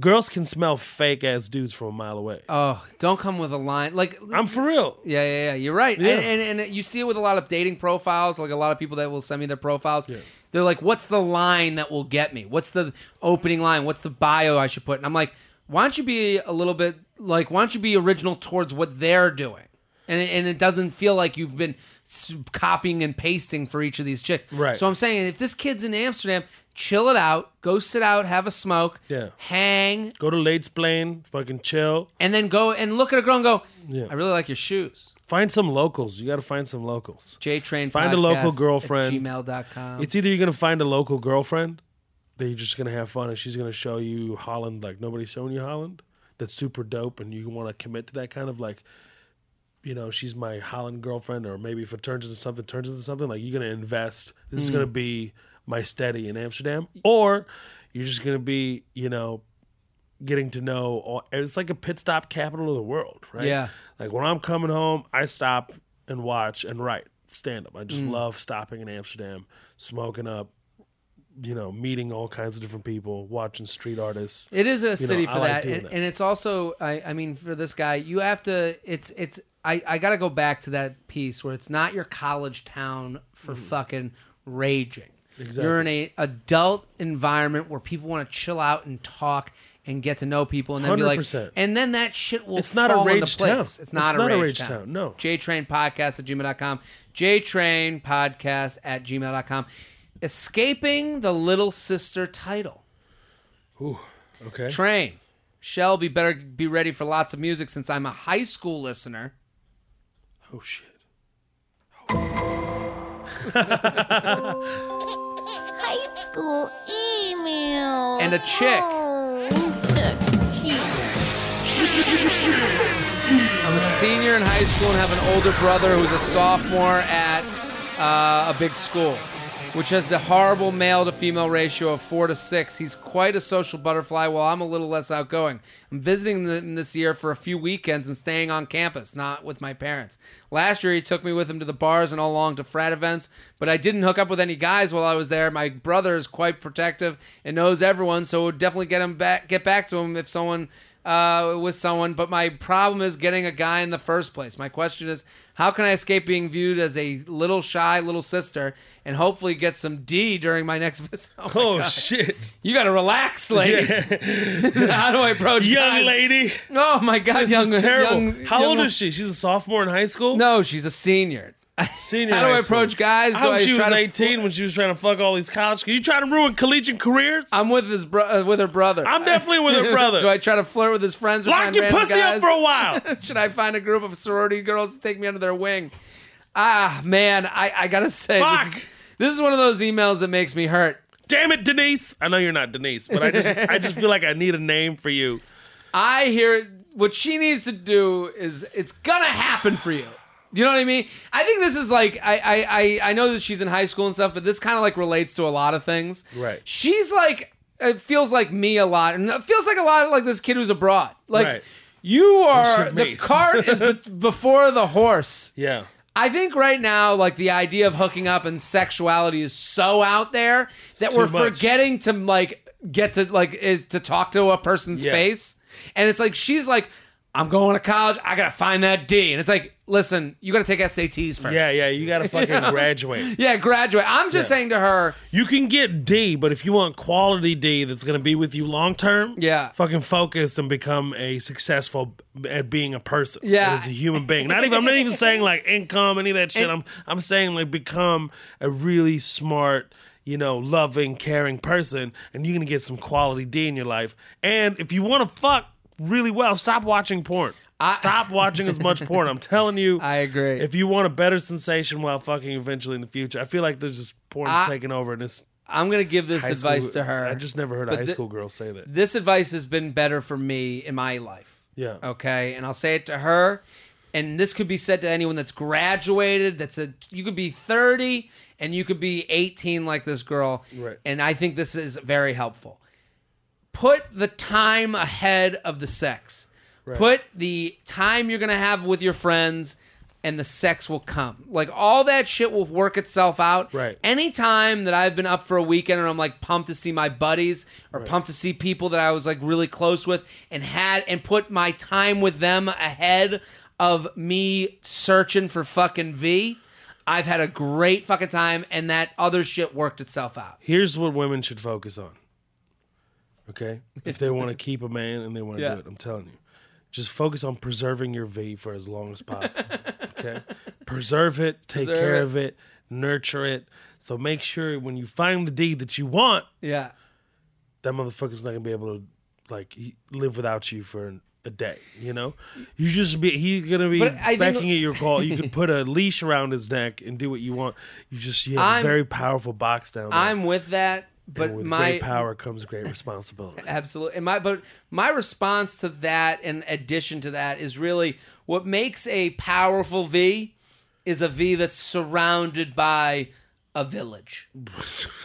Girls can smell fake ass dudes from a mile away. Oh, don't come with a line like I'm for real. Yeah, yeah, yeah. You're right. Yeah. And, and and you see it with a lot of dating profiles, like a lot of people that will send me their profiles. They're like, "What's the line that will get me? What's the opening line? What's the bio I should put?" And I'm like, "Why don't you be a little bit like why don't you be original towards what they're doing?" And it, and it doesn't feel like you've been s- copying and pasting for each of these chicks. Right. So I'm saying if this kid's in Amsterdam, chill it out, go sit out, have a smoke, Yeah. hang, Go to Late's Plain, fucking chill. and then go and look at a girl and go, Yeah. "I really like your shoes." Find some locals. You got to find some locals. JTrain. Find a local girlfriend. Gmail.com. It's either you're gonna find a local girlfriend that you're just gonna have fun, and she's gonna show you Holland like nobody's showing you Holland. That's super dope, and you want to commit to that kind of like, you know, she's my Holland girlfriend, or maybe if it turns into something, turns into something. Like you're gonna invest. This is Mm. gonna be my steady in Amsterdam, or you're just gonna be, you know, getting to know. All, it's like a pit stop capital of the world, right? Yeah. Like when I'm coming home, I stop and watch and write stand up. I Mm. just love stopping in Amsterdam, smoking up, you know, meeting all kinds of different people, watching street artists. It is a city I for like that. doing And, that. and it's also, I, I mean, for this guy, you have to, it's, it's, I, I got to go back to that piece where it's not your college town for fucking raging. Mm. Exactly. You're in a adult environment where people want to chill out and talk and get to know people and then be like, 100%. and then that shit will It's not a fall into rage place. town. It's not, a, rage town. no. JTrain podcast at gmail.com. JTrain podcast at gmail.com. Escaping the Little Sister title. Okay. Train. Shelby better be ready for lots of music since I'm a high school listener. oh shit. High school email. And a chick. Oh, I'm a senior in high school and have an older brother who's a sophomore at uh, a big school, which has the horrible male to female ratio of four to six. He's quite a social butterfly, while I'm a little less outgoing. I'm visiting him this year for a few weekends and staying on campus, not with my parents. Last year, he took me with him to the bars and all along to frat events, but I didn't hook up with any guys while I was there. My brother is quite protective and knows everyone, so it would definitely get him back, get back to him if someone uh, with someone, but my problem is getting a guy in the first place. My question is, how can I escape being viewed as a little shy little sister and hopefully get some D during my next visit? Oh, my Oh God. shit. you got to relax, lady. how do I approach Young guys? lady. Oh my God, young, This is terrible. young- How old young- is she? She's a sophomore in high school. No, she's a senior. Senior. How do high I school. approach guys? How Do I she try was to- 18 when she was trying to fuck all these college kids? You trying to ruin collegiate careers? I'm with his bro- uh, with her brother. I'm definitely with her brother. do I try to flirt with his friends? Or Lock find your random pussy guys? up for a while. Should I find a group of sorority girls to take me under their wing? Ah, man, I, I gotta say, this Fuck. is, this is one of those emails that makes me hurt. Damn it, Denise. I know you're not Denise, but I just I just feel like I need a name for you. I hear what she needs to do is it's gonna happen for you. You know what I mean? I think this is like I I I, I know that she's in high school and stuff, but this kind of like relates to a lot of things. Right. She's like it feels like me a lot, and it feels like a lot of like this kid who's abroad. Like Right. you are Mr. the Mace. cart is be- before the horse. Yeah. I think right now, like the idea of hooking up and sexuality is so out there that too we're much. forgetting to like get to like is to talk to a person's Yeah. face, and it's like she's like, "I'm going to college. I gotta find that D," and it's like, "Listen, you gotta take SATs first. Yeah, yeah, you gotta fucking graduate. yeah, graduate." I'm just Yeah. saying to her, You can get D, but if you want quality D that's gonna be with you long term, Yeah. fucking focus and become a successful at being a person. Yeah. As a human being. Not even I'm not even saying like income, any of that shit. I'm I'm saying like become a really smart you know, loving, caring person, and you're gonna get some quality D in your life. And if you wanna fuck really well, stop watching porn. I- Stop watching as much porn. I'm telling you. I agree. If you want a better sensation while fucking eventually in the future, I feel like there's just porn's I- taking over and it's I'm gonna give this high advice school- to her. I just never heard a But high thi- school girl say that. This advice has been better for me in my life. Yeah. Okay, and I'll say it to her, and this could be said to anyone that's graduated. That's a you could be 30 and you could be 18 like this girl. Right. And I think this is very helpful. Put the time ahead of the sex. Put the time you're gonna have with your friends. And the sex will come. Like all that shit will work itself out. Right. Anytime that I've been up for a weekend and I'm like pumped to see my buddies or pumped to see people that I was like really close with and had and put my time with them ahead of me searching for fucking V, I've had a great fucking time and that other shit worked itself out. Here's what women should focus on. Okay? If they want to keep a man and they want to Yeah. do it, I'm telling you. Just focus on preserving your V for as long as possible. okay? Preserve it, take Preserve care it. of it, nurture it. So make sure when you find the D that you want, Yeah. that motherfucker's not gonna be able to like he- live without you for a day. You know, you just be he's gonna be But I think- backing at your call. You can put a leash around his neck and do what you want. You just you have I'm- a very powerful box down there. I'm with that, And but with my great power comes great responsibility. Absolutely. And my but my response to that in addition to that is really what makes a powerful V is a V that's surrounded by a village.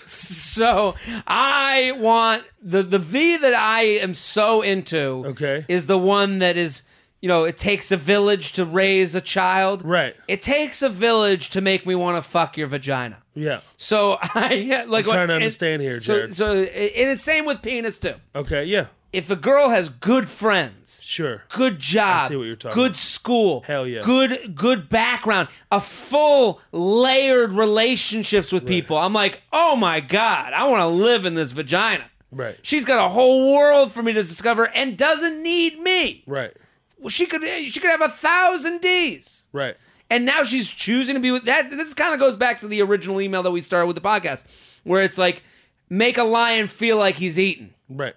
so I want the the V that I am so into Okay. is the one that is you know, it takes a village to raise a child. Right. It takes a village to make me want to fuck your vagina. yeah. So I like I'm trying to and- understand here, So, Jared. so and it's same with penis too. Okay. Yeah. If a girl has good friends, Sure. good job, I see what you're talking good about. school, Hell yeah. good good background, a full layered relationships with people, I'm like, oh my god, I want to live in this vagina. Right. She's got a whole world for me to discover and doesn't need me. Right. Well, She could eh, she could have a thousand D's Right. and now she's choosing to be with that. This kind of goes back to the original email that we started with the podcast, where it's like make a lion feel like he's eaten. Right.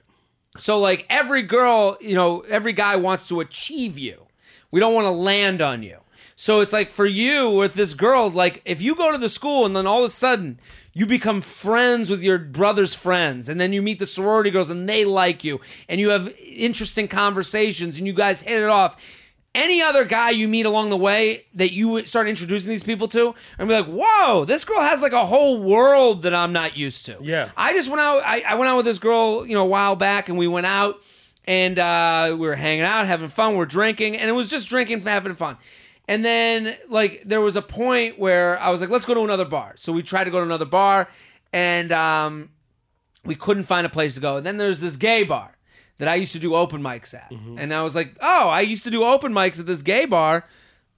So like every girl, you know, every guy wants to achieve you. We don't want to land on you. So it's like for you with this girl, like if you go to the school and then all of a sudden you become friends with your brother's friends and then you meet the sorority girls and they like you and you have interesting conversations and you guys hit it off. Any other guy you meet along the way that you would start introducing these people to and be like, whoa, this girl has like a whole world that I'm not used to. Yeah. I just went out. I, I went out with this girl, you know, a while back, and we went out and uh, we were hanging out, having fun. We were are drinking, and it was just drinking, having fun. And then, like, there was a point where I was like, "Let's go to another bar." So we tried to go to another bar, and um, we couldn't find a place to go. And then there's this gay bar that I used to do open mics at. Mm-hmm. And I was like, oh, I used to do open mics at this gay bar.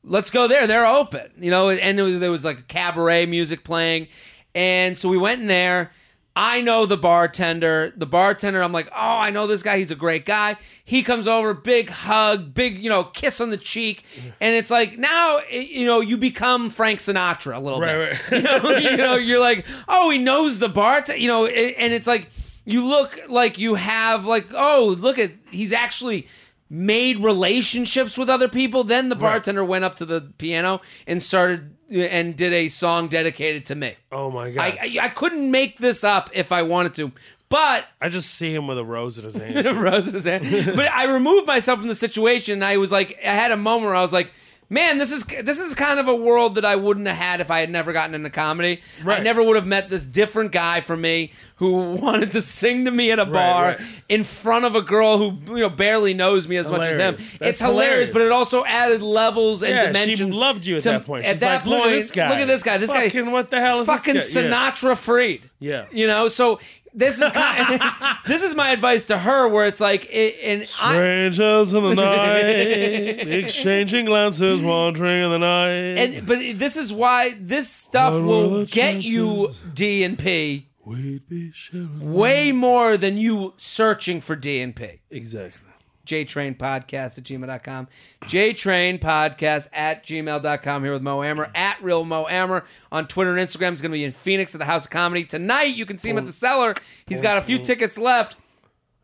Let's go there. They're open, you know. And there was, there was like cabaret music playing, and so we went in there. I know the bartender. The bartender, I'm like, oh, I know this guy. He's a great guy. He comes over, big hug, big, you know, kiss on the cheek, and it's like now, it- you know, you become Frank Sinatra a little Right, bit. You know, you know, you're like, oh, he knows the bar. you know, a- and it's like you look like you have like, oh, look at he's actually made relationships with other people. Then the bartender went up to the piano and started and did a song dedicated to me. Oh my god. I, I, I I couldn't make this up if I wanted to, but just see him with a rose in his hand. Rose in his hand. But I removed myself from the situation. And I was like, I had a moment where I was like, man, this is this is kind of a world that I wouldn't have had if I had never gotten into comedy. I Right. never would have met this different guy from me who wanted to sing to me at a bar right. in front of a girl who you know barely knows me as much as Hilarious. him. That's it's hilarious, hilarious. but it also added levels and Yeah, she dimensions. loved you at to- that point. At She's that like, look at point, this guy. Look at this guy. This guy. Fucking what the hell is this fucking guy? Yeah. Sinatra freed? Yeah. you know. So this is kind this is my advice to her, where it's like, it, and I, Strangers in the night, exchanging glances, wandering in the night. And but this is why this stuff What were will the get you chances? D and P We'd be sharing. way more than you searching for D and P. Exactly. JTrain podcast at gmail.com. JTrain podcast at gmail.com here with Mo Ammer at real Mo Ammer on Twitter and Instagram. He's going to be in Phoenix at the House of Comedy tonight. You can see him at the cellar. He's got a few tickets left.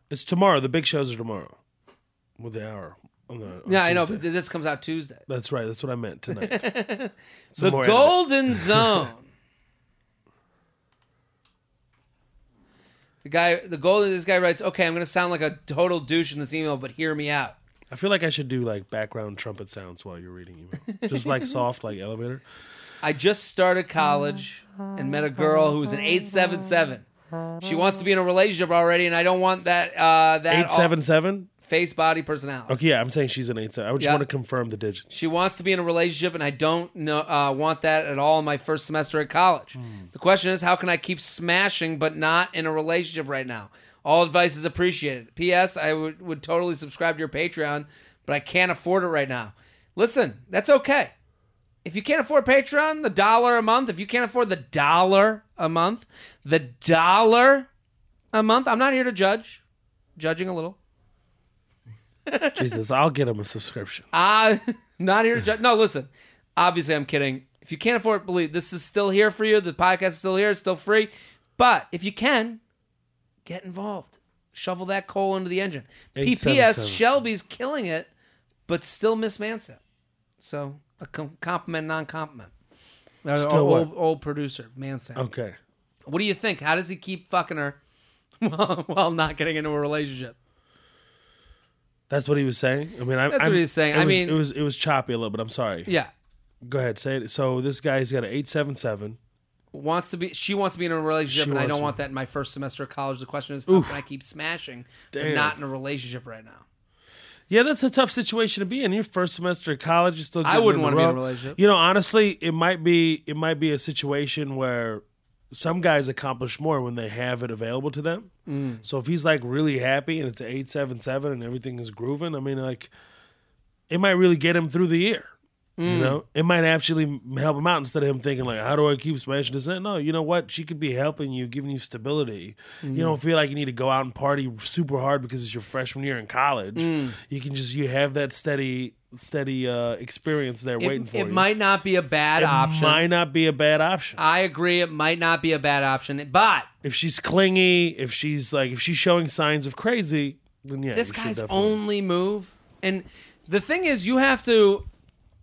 It's tomorrow. The big shows are tomorrow. With the hour. on the on Yeah, I know. But Tuesday. this comes out Tuesday. That's right. That's what I meant tonight. Some The more anime. Golden Zone. The guy, the golden. This guy writes, "Okay, I'm going to sound like a total douche in this email, but hear me out." I feel like I should do like background trumpet sounds while you're reading email, just like soft, like elevator. I just started college and met a girl who's an 877. She wants to be in a relationship already, and I don't want that uh, that Eight seven seven. all- face body personality. Okay, yeah, I'm saying she's an eight seven. I just Yeah. want to confirm the digits. She wants to be in a relationship, and I don't know, uh, want that at all in my first semester at college. The question is, how can I keep smashing but not in a relationship right now? All advice is appreciated. P.S. I would, would totally subscribe to your Patreon, but I can't afford it right now. Listen, that's okay. If you can't afford Patreon, the dollar a month, if you can't afford the dollar a month, the dollar a month, I'm not here to judge. Judging a little. Jesus, I'll get him a subscription. I'm not here to judge. No, listen. Obviously, I'm kidding. If you can't afford it, believe this is still here for you. The podcast is still here. It's still free. But if you can, get involved. Shovel that coal into the engine. PPS 877. Shelby's killing it, but still Miss Manson. So a com- compliment, non compliment. Still what? Um, old, old producer, Manson. Okay, What do you think? How does he keep fucking her while, while not getting into a relationship? that's what he was saying. I mean, I, That's I'm, what he was saying. it I was- mean- it was it was choppy a little bit. I'm sorry. Yeah. Go ahead, say it. So this guy's got an eight seven seven. wants to be she wants to be in a relationship She and I wants don't to. want that in my first semester of college. The question is how can I keep smashing but Damn. not in a relationship right now? Yeah, that's a tough situation to be in. Your first semester of college, you're still. I getting wouldn't in wanna the be in a rut. relationship. You know, honestly, it might be it might be a situation where some guys accomplish more when they have it available to them. Mm. So if he's like really happy and it's an eight seven seven and everything is grooving, I mean, like it might really get him through the year. You Mm. know, it might actually m- help him out instead of him thinking like, "How do I keep smashing this?" No, you know what? She could be helping you, giving you stability. Mm. You don't feel like you need to go out and party super hard because it's your freshman year in college. Mm. You can just you have that steady, steady uh, experience there waiting It, for it you. might not be a bad It option. Uh, might not be a bad option I agree it might not be a bad option. But if she's clingy, if she's like if she's showing signs of crazy. Then yeah, this you should guy's definitely- only move and the thing is you have to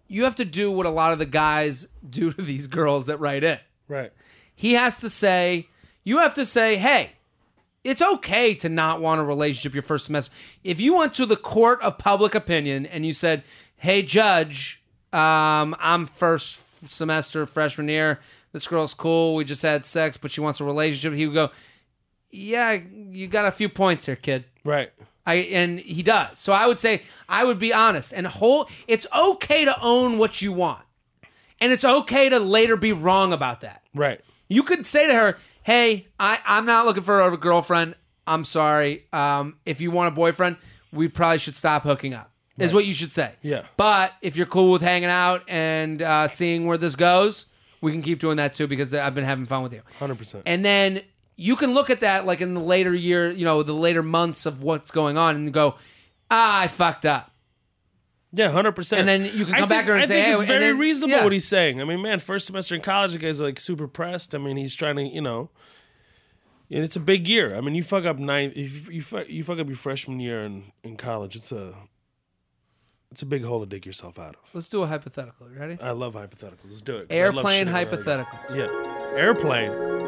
you have to do what a lot of the guys do to these girls that write in. right. he has to say you have to say hey it's okay to not want a relationship your first semester if you went to the court of public opinion and you said hey judge um, i'm first semester freshman year this girl's cool we just had sex but she wants a relationship he would go yeah you got a few points here kid Right. I and he does. So I would say I would be honest and whole. It's okay to own what you want, and it's okay to later be wrong about that. Right. You could say to her, "Hey, I, I'm not looking for a girlfriend. I'm sorry. Um, if you want a boyfriend, we probably should stop hooking up." Is what you should say. Yeah. But if you're cool with hanging out and uh, seeing where this goes, we can keep doing that too because I've been having fun with you. Hundred percent. And then you can look at that like in the later year, you know, the later months of what's going on and go, ah, I fucked up. Yeah, hundred percent. And then you can come back to her and I say, think "Hey," it's and very then- reasonable yeah. what he's saying. I mean, man, first semester in college, the guy's like super pressed. I mean, he's trying to, you know, and it's a big year. I mean, you fuck up nine, if you fuck, you fuck up your freshman year in, in college. It's a, it's a big hole to dig yourself out of. Let's do a hypothetical. You ready? I love hypotheticals. Let's do it. 'cause I love Airplane shitting on everybody. hypothetical. Yeah, airplane.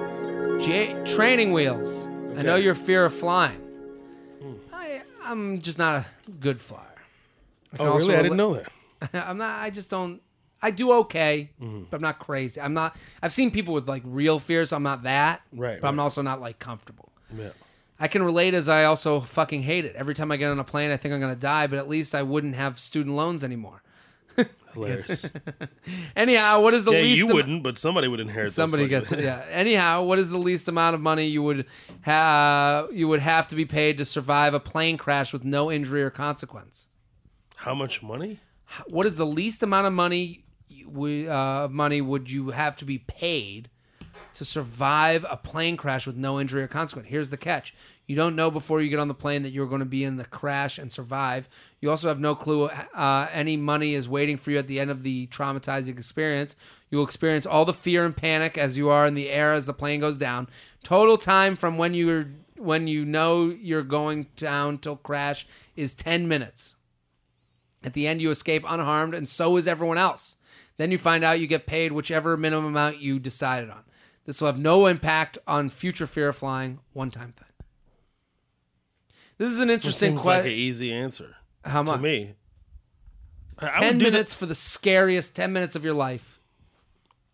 J- training wheels. I know Okay. Hmm. your fear of flying. I, I'm just not a good flyer. can Oh, also really? I rela- didn't know that. I'm not. I just don't. I do okay, Mm-hmm. but I'm not crazy. I'm not. I've seen people with like real fears. I'm not that. Right, But I'm right. also not like comfortable. Yeah. I can relate as I also fucking hate it. Every time I get on a plane, I think I'm gonna die. But at least I wouldn't have student loans anymore. Hilarious. Anyhow, what is the yeah, least? you am- wouldn't, but somebody would inherit. Somebody this gets it. Yeah. Anyhow, what is the least amount of money you would ha- you would have to be paid to survive a plane crash with no injury or consequence? How much money? What is the least amount of money you- we- uh, money would you have to be paid to survive a plane crash with no injury or consequence? Here's the catch: you don't know before you get on the plane that you're going to be in the crash and survive. You also have no clue uh, any money is waiting for you at the end of the traumatizing experience. You will experience all the fear and panic as you are in the air as the plane goes down. Total time from when you're when you know you're going down till crash is ten minutes. At the end, you escape unharmed, and so is everyone else. Then you find out you get paid whichever minimum amount you decided on. This will have no impact on future fear of flying. One time thing. This is an interesting Seems like an question. easy answer How to much? me. I- I Ten would do the- minutes for the scariest ten minutes of your life.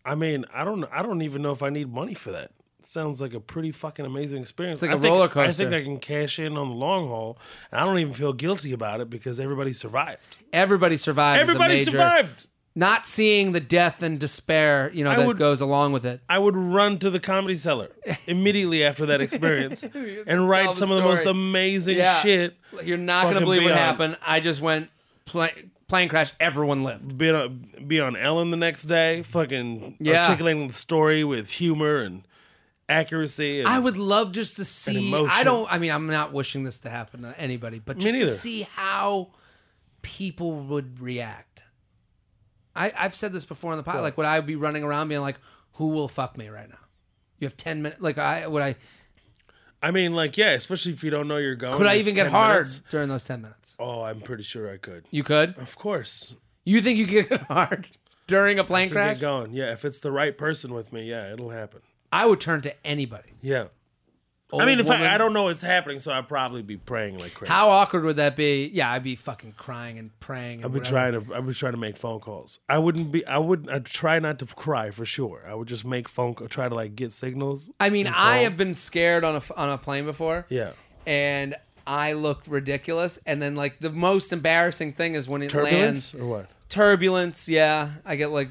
I mean, I don't, I don't even know if I need money for that. Sounds like a pretty fucking amazing experience. like I a think- roller I think coaster. I can cash in on the long haul, and I don't even feel guilty about it because everybody survived. Everybody survived. is a Everybody major- survived. Not seeing the death and despair, you know, I that would- goes along with it. I would run to the comedy cellar immediately after that experience and Tell write the some of the most story. amazing Yeah. shit. You're not going to Fucking believe what beyond. happened. I just went pla- plane crash. Everyone lived. Be on, be on Ellen the next day, fucking Yeah. articulating the story with humor and accuracy. And I would love just to see. emotion. I don't. I mean, I'm not wishing this to happen to anybody, but just to neither. see how people would react. I, I've said this before on the pod. Like, would I be running around being like, "Who will fuck me right now?" You have ten minutes. Like, I would I I mean, like, yeah, especially if you don't know you're going. could I It's even get 10 hard minutes. during those ten minutes? Oh, I'm pretty sure I could. You could. Of course. You think you could get hard during a plane Can crash? Get going. Yeah, if it's the right person with me, yeah, it'll happen. I would turn to anybody. Yeah. I Old mean, if woman. I, I don't know it's happening, so I'd probably be praying like crazy. How awkward would that be? Yeah, I'd be fucking crying and praying. And I've been whatever. trying to. I've been trying to make phone calls. I wouldn't be. I wouldn't. I'd try not to cry for sure. I would just make phone. call- Try to like get signals. I mean, I have been scared on a f- on a plane before. Yeah. and I looked ridiculous. And then like the most embarrassing thing is when it lands Turbulence or what? turbulence. Yeah, I get like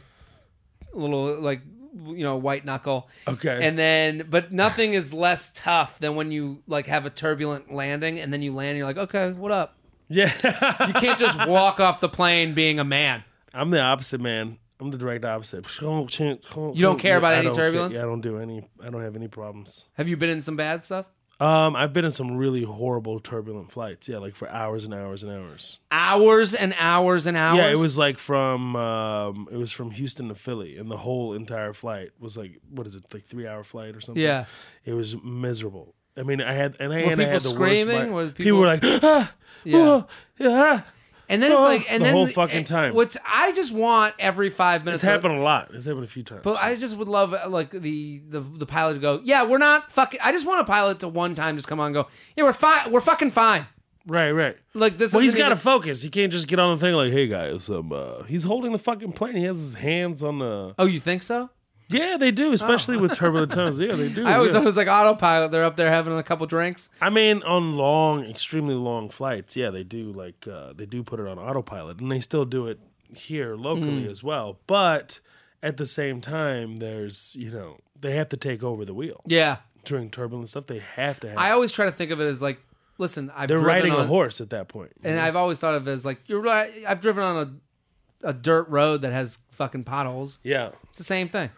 a little like you know white knuckle. Okay. and then but nothing is less tough than when you like have a turbulent landing and then you land. and You're like, okay, what up? Yeah. You can't just walk off the plane being a man. I'm the opposite man. I'm the direct opposite. You don't care about any turbulence? Yeah, I don't do any. I don't have any problems. Have you been in some bad stuff? Um, I've been in some really horrible turbulent flights. Yeah, like for hours and hours and hours. Hours and hours and hours. Yeah, it was like from um, it was from Houston to Philly, and the whole entire flight was like what is it like three hour flight or something? Yeah. it was miserable. I mean, I had and I, Were and I people had the screaming? Worst bite. Was people were like, ah, Yeah. oh, yeah. And then it's Oh, like, and the then whole fucking and time. What's I just want every five It's minutes. to- happened a lot. It's happened a few times. But I just would love uh, like the, the the pilot to go. Yeah, we're not fucking. I just want a pilot to one time just come on and go. Yeah, we're fine. We're fucking fine. right, right. Like this. Well, he's isn't got to even- focus. He can't just get on the thing like, "Hey guys," um, uh, he's holding the fucking plane. He has his hands on the. oh, you think so? Yeah, they do, especially with turbulent times. Yeah, they do. I always Oh, yeah. thought it was like autopilot. They're up there having a couple drinks. I mean, on long, extremely long flights, yeah, they do like uh, they do put it on autopilot, and they still do it here locally Mm. as well. But at the same time, there's you know they have to take over the wheel Yeah, during turbulent stuff. They have to. have I always try to think of it as like, listen, I've They're driven riding on, a horse at that point. and I've always thought of it as like you're right. I've driven on a a dirt road that has fucking potholes. yeah, It's the same thing.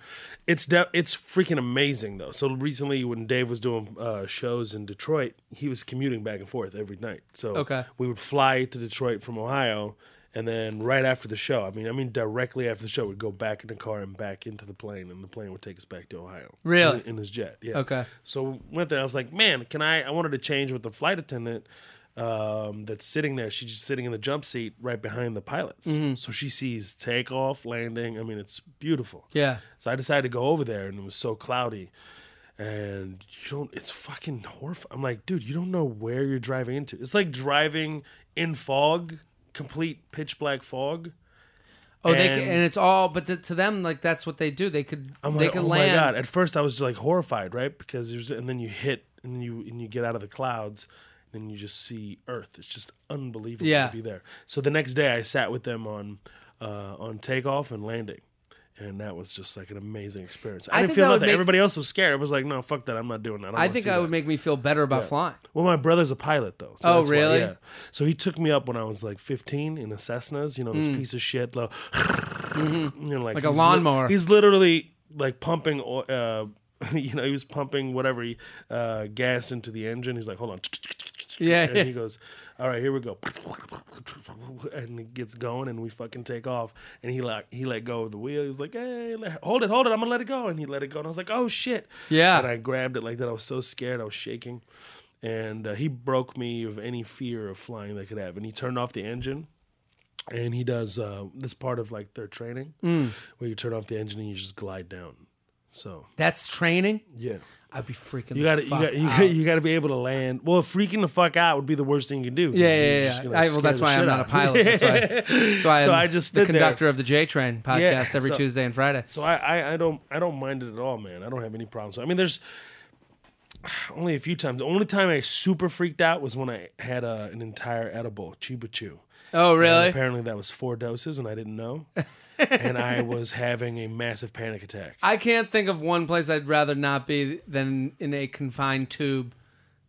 it's de- it's freaking amazing though. So recently, when Dave was doing uh, shows in Detroit, he was commuting back and forth every night. So Okay. we would fly to Detroit from Ohio, and then right after the show, I mean, I mean directly after the show, we'd go back in the car and back into the plane, and the plane would take us back to Ohio. Really? In, in his jet. Yeah. Okay. So we went there. I was like, man, can I? I wanted to change with the flight attendant um, that's sitting there. She's just sitting in the jump seat right behind the pilots, Mm-hmm. so she sees takeoff, landing. I mean, it's beautiful. Yeah. So I decided to go over there, and it was so cloudy. And you don't, it's fucking horrifying. I'm like, dude, you don't know where you're driving into. It's like driving in fog, complete pitch black fog. Oh, they can, And- and it's all, but to to them, like that's what they do. They could, I'm they like, could oh land. my god! At first, I was like horrified, right? Because there's, and then you hit, and then you and you get out of the clouds, and then you just see Earth. It's just unbelievable Yeah. to be there. So the next day, I sat with them on uh, on takeoff and landing, and that was just like an amazing experience. I, I didn't think feel that would nothing. make- Everybody else was scared. I was like, no, fuck that. I'm not doing that. I, don't I wanna think see I would that." make me feel better about flying. Well, my brother's a pilot though. So Oh, that's why, really? yeah. So he took me up when I was like 15 in a Cessnas. You know, this piece of shit, like, you know, like, Hmm. Mm-hmm. Like a he's li- lawnmower. he's literally like pumping. o- Uh, you know, he was pumping whatever he, uh, gas into the engine. He's like, hold on. Yeah, And he goes, all right, here we go. And it gets going, and we fucking take off. And he like he let go of the wheel. He's like, hey, let- hold it, hold it. I'm gonna let it go. And he let it go. And I was like, oh shit. Yeah. And I grabbed it like that. I was so scared. I was shaking. And uh, he broke me of any fear of flying that I could have. And he turned off the engine and he does uh, this part of like their training where you turn off the engine and you just glide down. So That's training. yeah, I'd be freaking. the you got to you fuck got you out. got you got to be able to land. Well, freaking the fuck out would be the worst thing you can do. 'cause Yeah, you're yeah, just yeah. gonna I, well, scare that's the why I'm shit not a out of pilot. people. That's why. That's why I'm So I just the stood there. conductor of the J Train podcast every so- Tuesday and Friday. So I, I, I don't I don't mind it at all, man. I don't have any problems. I mean, there's only a few times. The only time I super freaked out was when I had a, an entire edible, Chupa Chew. Oh, And really? apparently that was four doses, and I didn't know. and I was having a massive panic attack. I can't think of one place I'd rather not be than in a confined tube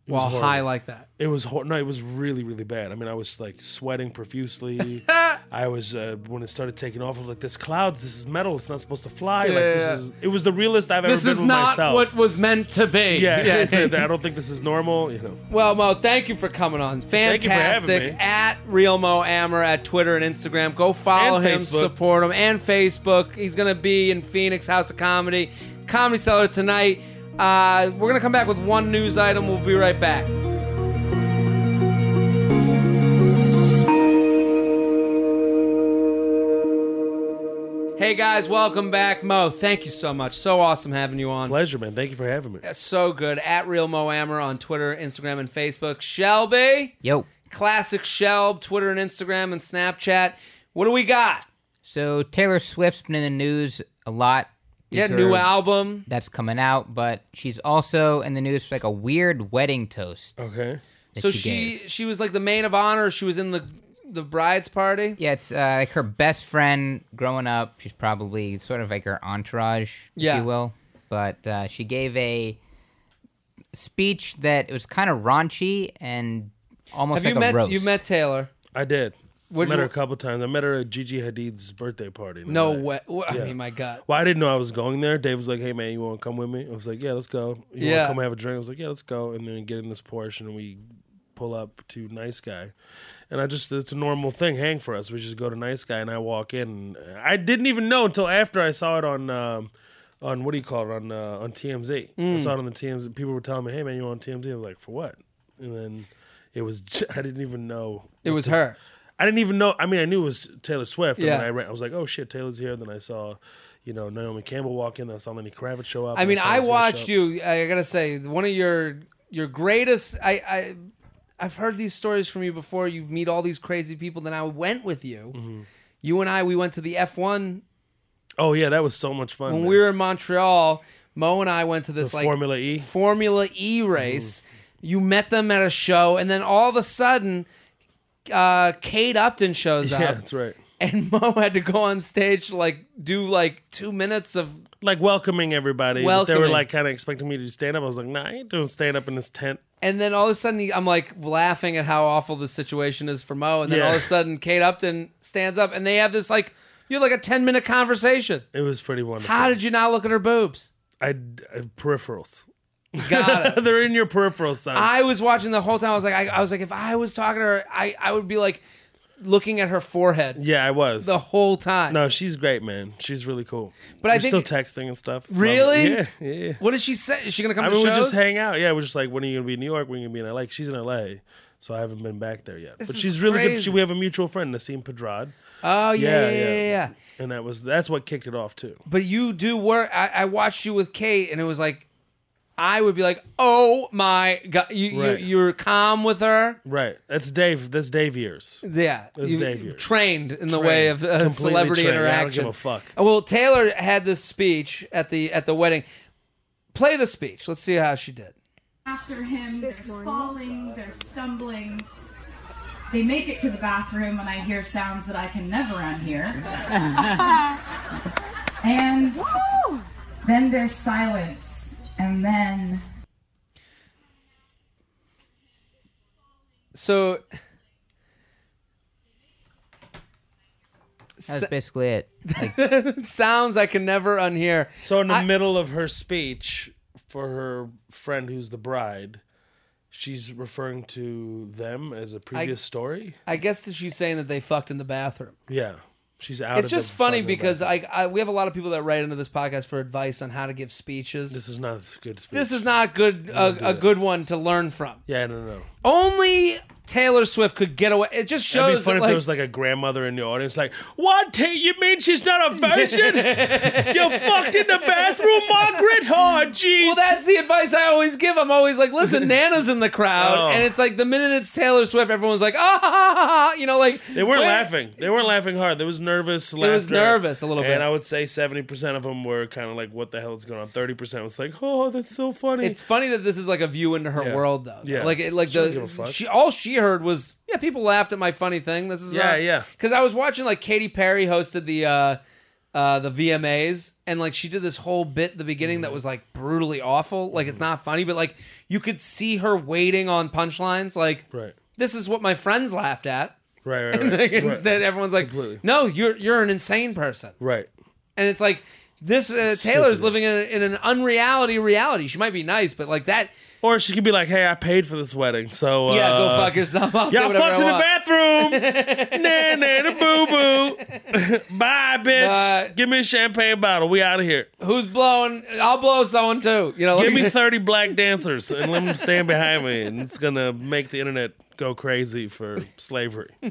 while horrible. high like that. It was hor- no, it was really really bad. I mean, I was like sweating profusely. I was uh, when it started taking off. I was like, "This clouds. This is metal. It's not supposed to fly." like this Yeah. is. It was the realest I've This ever been is with not myself. what was meant to be. yeah, I don't think this is normal. You know. Well, Mo, thank you for coming on. Thank you for having Fantastic. me. At Real Mo Ammer at Twitter and Instagram. Go follow And him, Facebook. support him, and Facebook. He's going to be in Phoenix House of Comedy, Comedy Cellar tonight. Uh, we're going to come back with one news item. We'll be right back. Hey guys, welcome back. Mo, thank you so much. So awesome having you on. Pleasure, man. Thank you for having me. So good. At Real Mo Ammer on Twitter, Instagram, and Facebook. Shelby, Yo. classic Shelb, Twitter and Instagram and Snapchat. What do we got? So Taylor Swift's been in the news a lot. Yeah, It's her- new album. that's coming out, but she's also in the news for like a weird wedding toast. Oh. Okay. that So she she gave. she was like the maid of honor. She was in the the bride's party. Yeah, it's uh, like her best friend growing up. She's probably sort of like her entourage, Yeah. if you will. But uh, she gave a speech that it was kind of raunchy and almost Have like you a met roast. you met Taylor? I did. What'd met you- her a couple times. I met her at Gigi Hadid's birthday party. and No I'm like- way. Wha- I Yeah. mean, my God. Well, I didn't know I was going there. Dave was like, "Hey, man, you want to come with me?" I was like, "Yeah, let's go." You Yeah. want to come have a drink? I was like, "Yeah, let's go." And then get in this Porsche and we pull up to Nice Guy, and I just—it's a normal thing hang for us. We just go to Nice Guy, and I walk in. And I didn't even know until after I saw it on. Um, on what do you call it on uh, on TMZ? I saw it on the TMZ. People were telling me, "Hey man, you on TMZ?" I was like, "For what?" And then it was I didn't even know It was her. I didn't even know. I mean, I knew it was Taylor Swift. And Yeah. then I, ran, I was like, oh shit, Taylor's here. Then I saw, you know, Naomi Campbell walk in. I saw Lenny Kravitz show up. I mean, saw I this guy show watched up. you. I gotta say, one of your your greatest. I I I've heard these stories from you before. You meet all these crazy people. Then I went with you. Mm-hmm. You and I, we went to the F1 Oh yeah, that was so much fun. when man. we were in Montreal. Mo and I went to this The like Formula E? Mm-hmm. Formula E race. You met them at a show, and then all of a sudden, uh, Kate Upton shows yeah, up, that's right. and Mo had to go on stage to, like do like two minutes of Like welcoming everybody. but They Welcoming. were like kind of expecting me to do stand up. I was like, nah, I ain't doing stand up in this tent. And then all of a sudden, he- I'm like laughing at how awful the situation is for Mo. And then Yeah. all of a sudden, Kate Upton stands up and they have this like, you have like a 10 minute conversation. It was pretty wonderful. How did you not look at her boobs? I, I peripherals? Got it. They're in your peripherals, son. I was watching the whole time. I was like, I, I was like, if I was talking to her, I, I would be like looking at her forehead yeah, I was. the whole time. no, she's great, man. She's really cool. But I We're think- still texting and stuff. It's Really? lovely. Yeah, yeah. What does she say? Is she going to come I to mean, we shows? just hang out. Yeah, we're just like, when are you gonna be in New York? When are you gonna be in LA? She's in LA, so I haven't been back there yet. but is she's really good. crazy. She, we have a mutual friend, Nassim Pedrad. oh, yeah, yeah, Yeah, yeah, yeah. yeah, yeah. and that was that's what kicked it off too. But you do work. I, I watched you with Kate, and it was like, I would be like, oh my God. You, Right. you, you're calm with her. Right. That's Dave. That's Dave years. Yeah, was you- Dave you years. trained in the way of uh, Completely celebrity trained. I don't interaction. give a fuck. Uh, Well, Taylor had this speech at the at the wedding. Play the speech. Let's see how she did. after him. They're falling, they're stumbling. They make it to the bathroom, and I hear sounds that I can never unhear. and then there's silence, and then So That's basically it. Like, sounds I can never unhear. So in the middle of her speech for her friend who's the bride, she's referring to them as a previous story. I guess that she's saying that they fucked in the bathroom. Yeah. She's out. It's of the just funny fucking because back. I, I we have a lot of people that write into this podcast for advice on how to give speeches. This this is, is not a good. Speech. not good a, a good one to learn from. Yeah, no, no. Only Taylor Swift could get away. It just It'd be shows fun that, if like, there was like a grandmother in the audience, like, "What? Ta- You mean she's not a virgin? you fucked in the bathroom, Margaret? Oh, jeez." Well, that's the advice I always give. I'm always like, listen, Nana's in the crowd, Oh. and it's like the minute it's Taylor Swift, everyone's like, ah, ha, ha, ha, ha," you know, like They weren't wait. laughing. They weren't laughing hard. There was nervous laughter. was nervous a little bit. And I would say 70% of them were kind of like, what the hell is going on? 30% was like, oh, that's so funny. It's funny that this is like a view into her Yeah. world, though. Yeah. Like, it, like She doesn't give a the fuck. she all she heard was, yeah, people laughed at my funny thing. This is Yeah, yeah. Because I was watching like Katy Perry hosted the. uh uh, the VMAs and like she did this whole bit at the beginning Mm-hmm. that was like brutally awful. Like it's not funny, but like you could see her waiting on punchlines. Like right. this is what my friends laughed at. Right, right, right. Like, right. Instead, everyone's like, Completely. "No, you're you're an insane person," Right. and it's like this uh, Taylor's living in, in an unreality reality. She might be nice, but like that, Or she could be like, hey, I paid for this wedding, so. yeah, uh, go fuck yourself. I'll say Y'all whatever fucked I in the want. bathroom. nah, nah, the boo boo. Bye, bitch. Bye. Oh, Give me a champagne bottle. We out of here. Who's blowing? I'll blow someone too. You know, Give like- me 30 black dancers and let them stand behind me. And it's going to make the internet go crazy for slavery.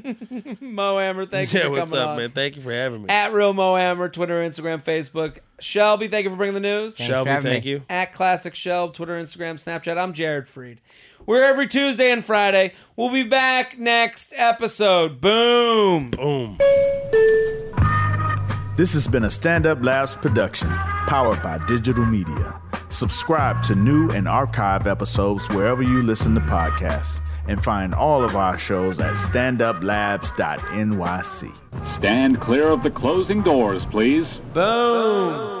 Mo Hammer. Thank you Yeah, for what's coming up, on. man? Thank you for having me. At real Mo Hammer, Twitter, Instagram, Facebook. Shelby, thank you for bringing the news. Thank Shelby, for having thank me. you. at Classic Shelb, Twitter, Instagram, Snapchat. I'm Jared Freed. We're every Tuesday and Friday. We'll be back next episode. Boom. Boom. This has been a Stand Up Labs production, powered by digital media. Subscribe to new and archive episodes wherever you listen to podcasts, and find all of our shows at standuplabs.nyc. Stand clear of the closing doors, please. Boom.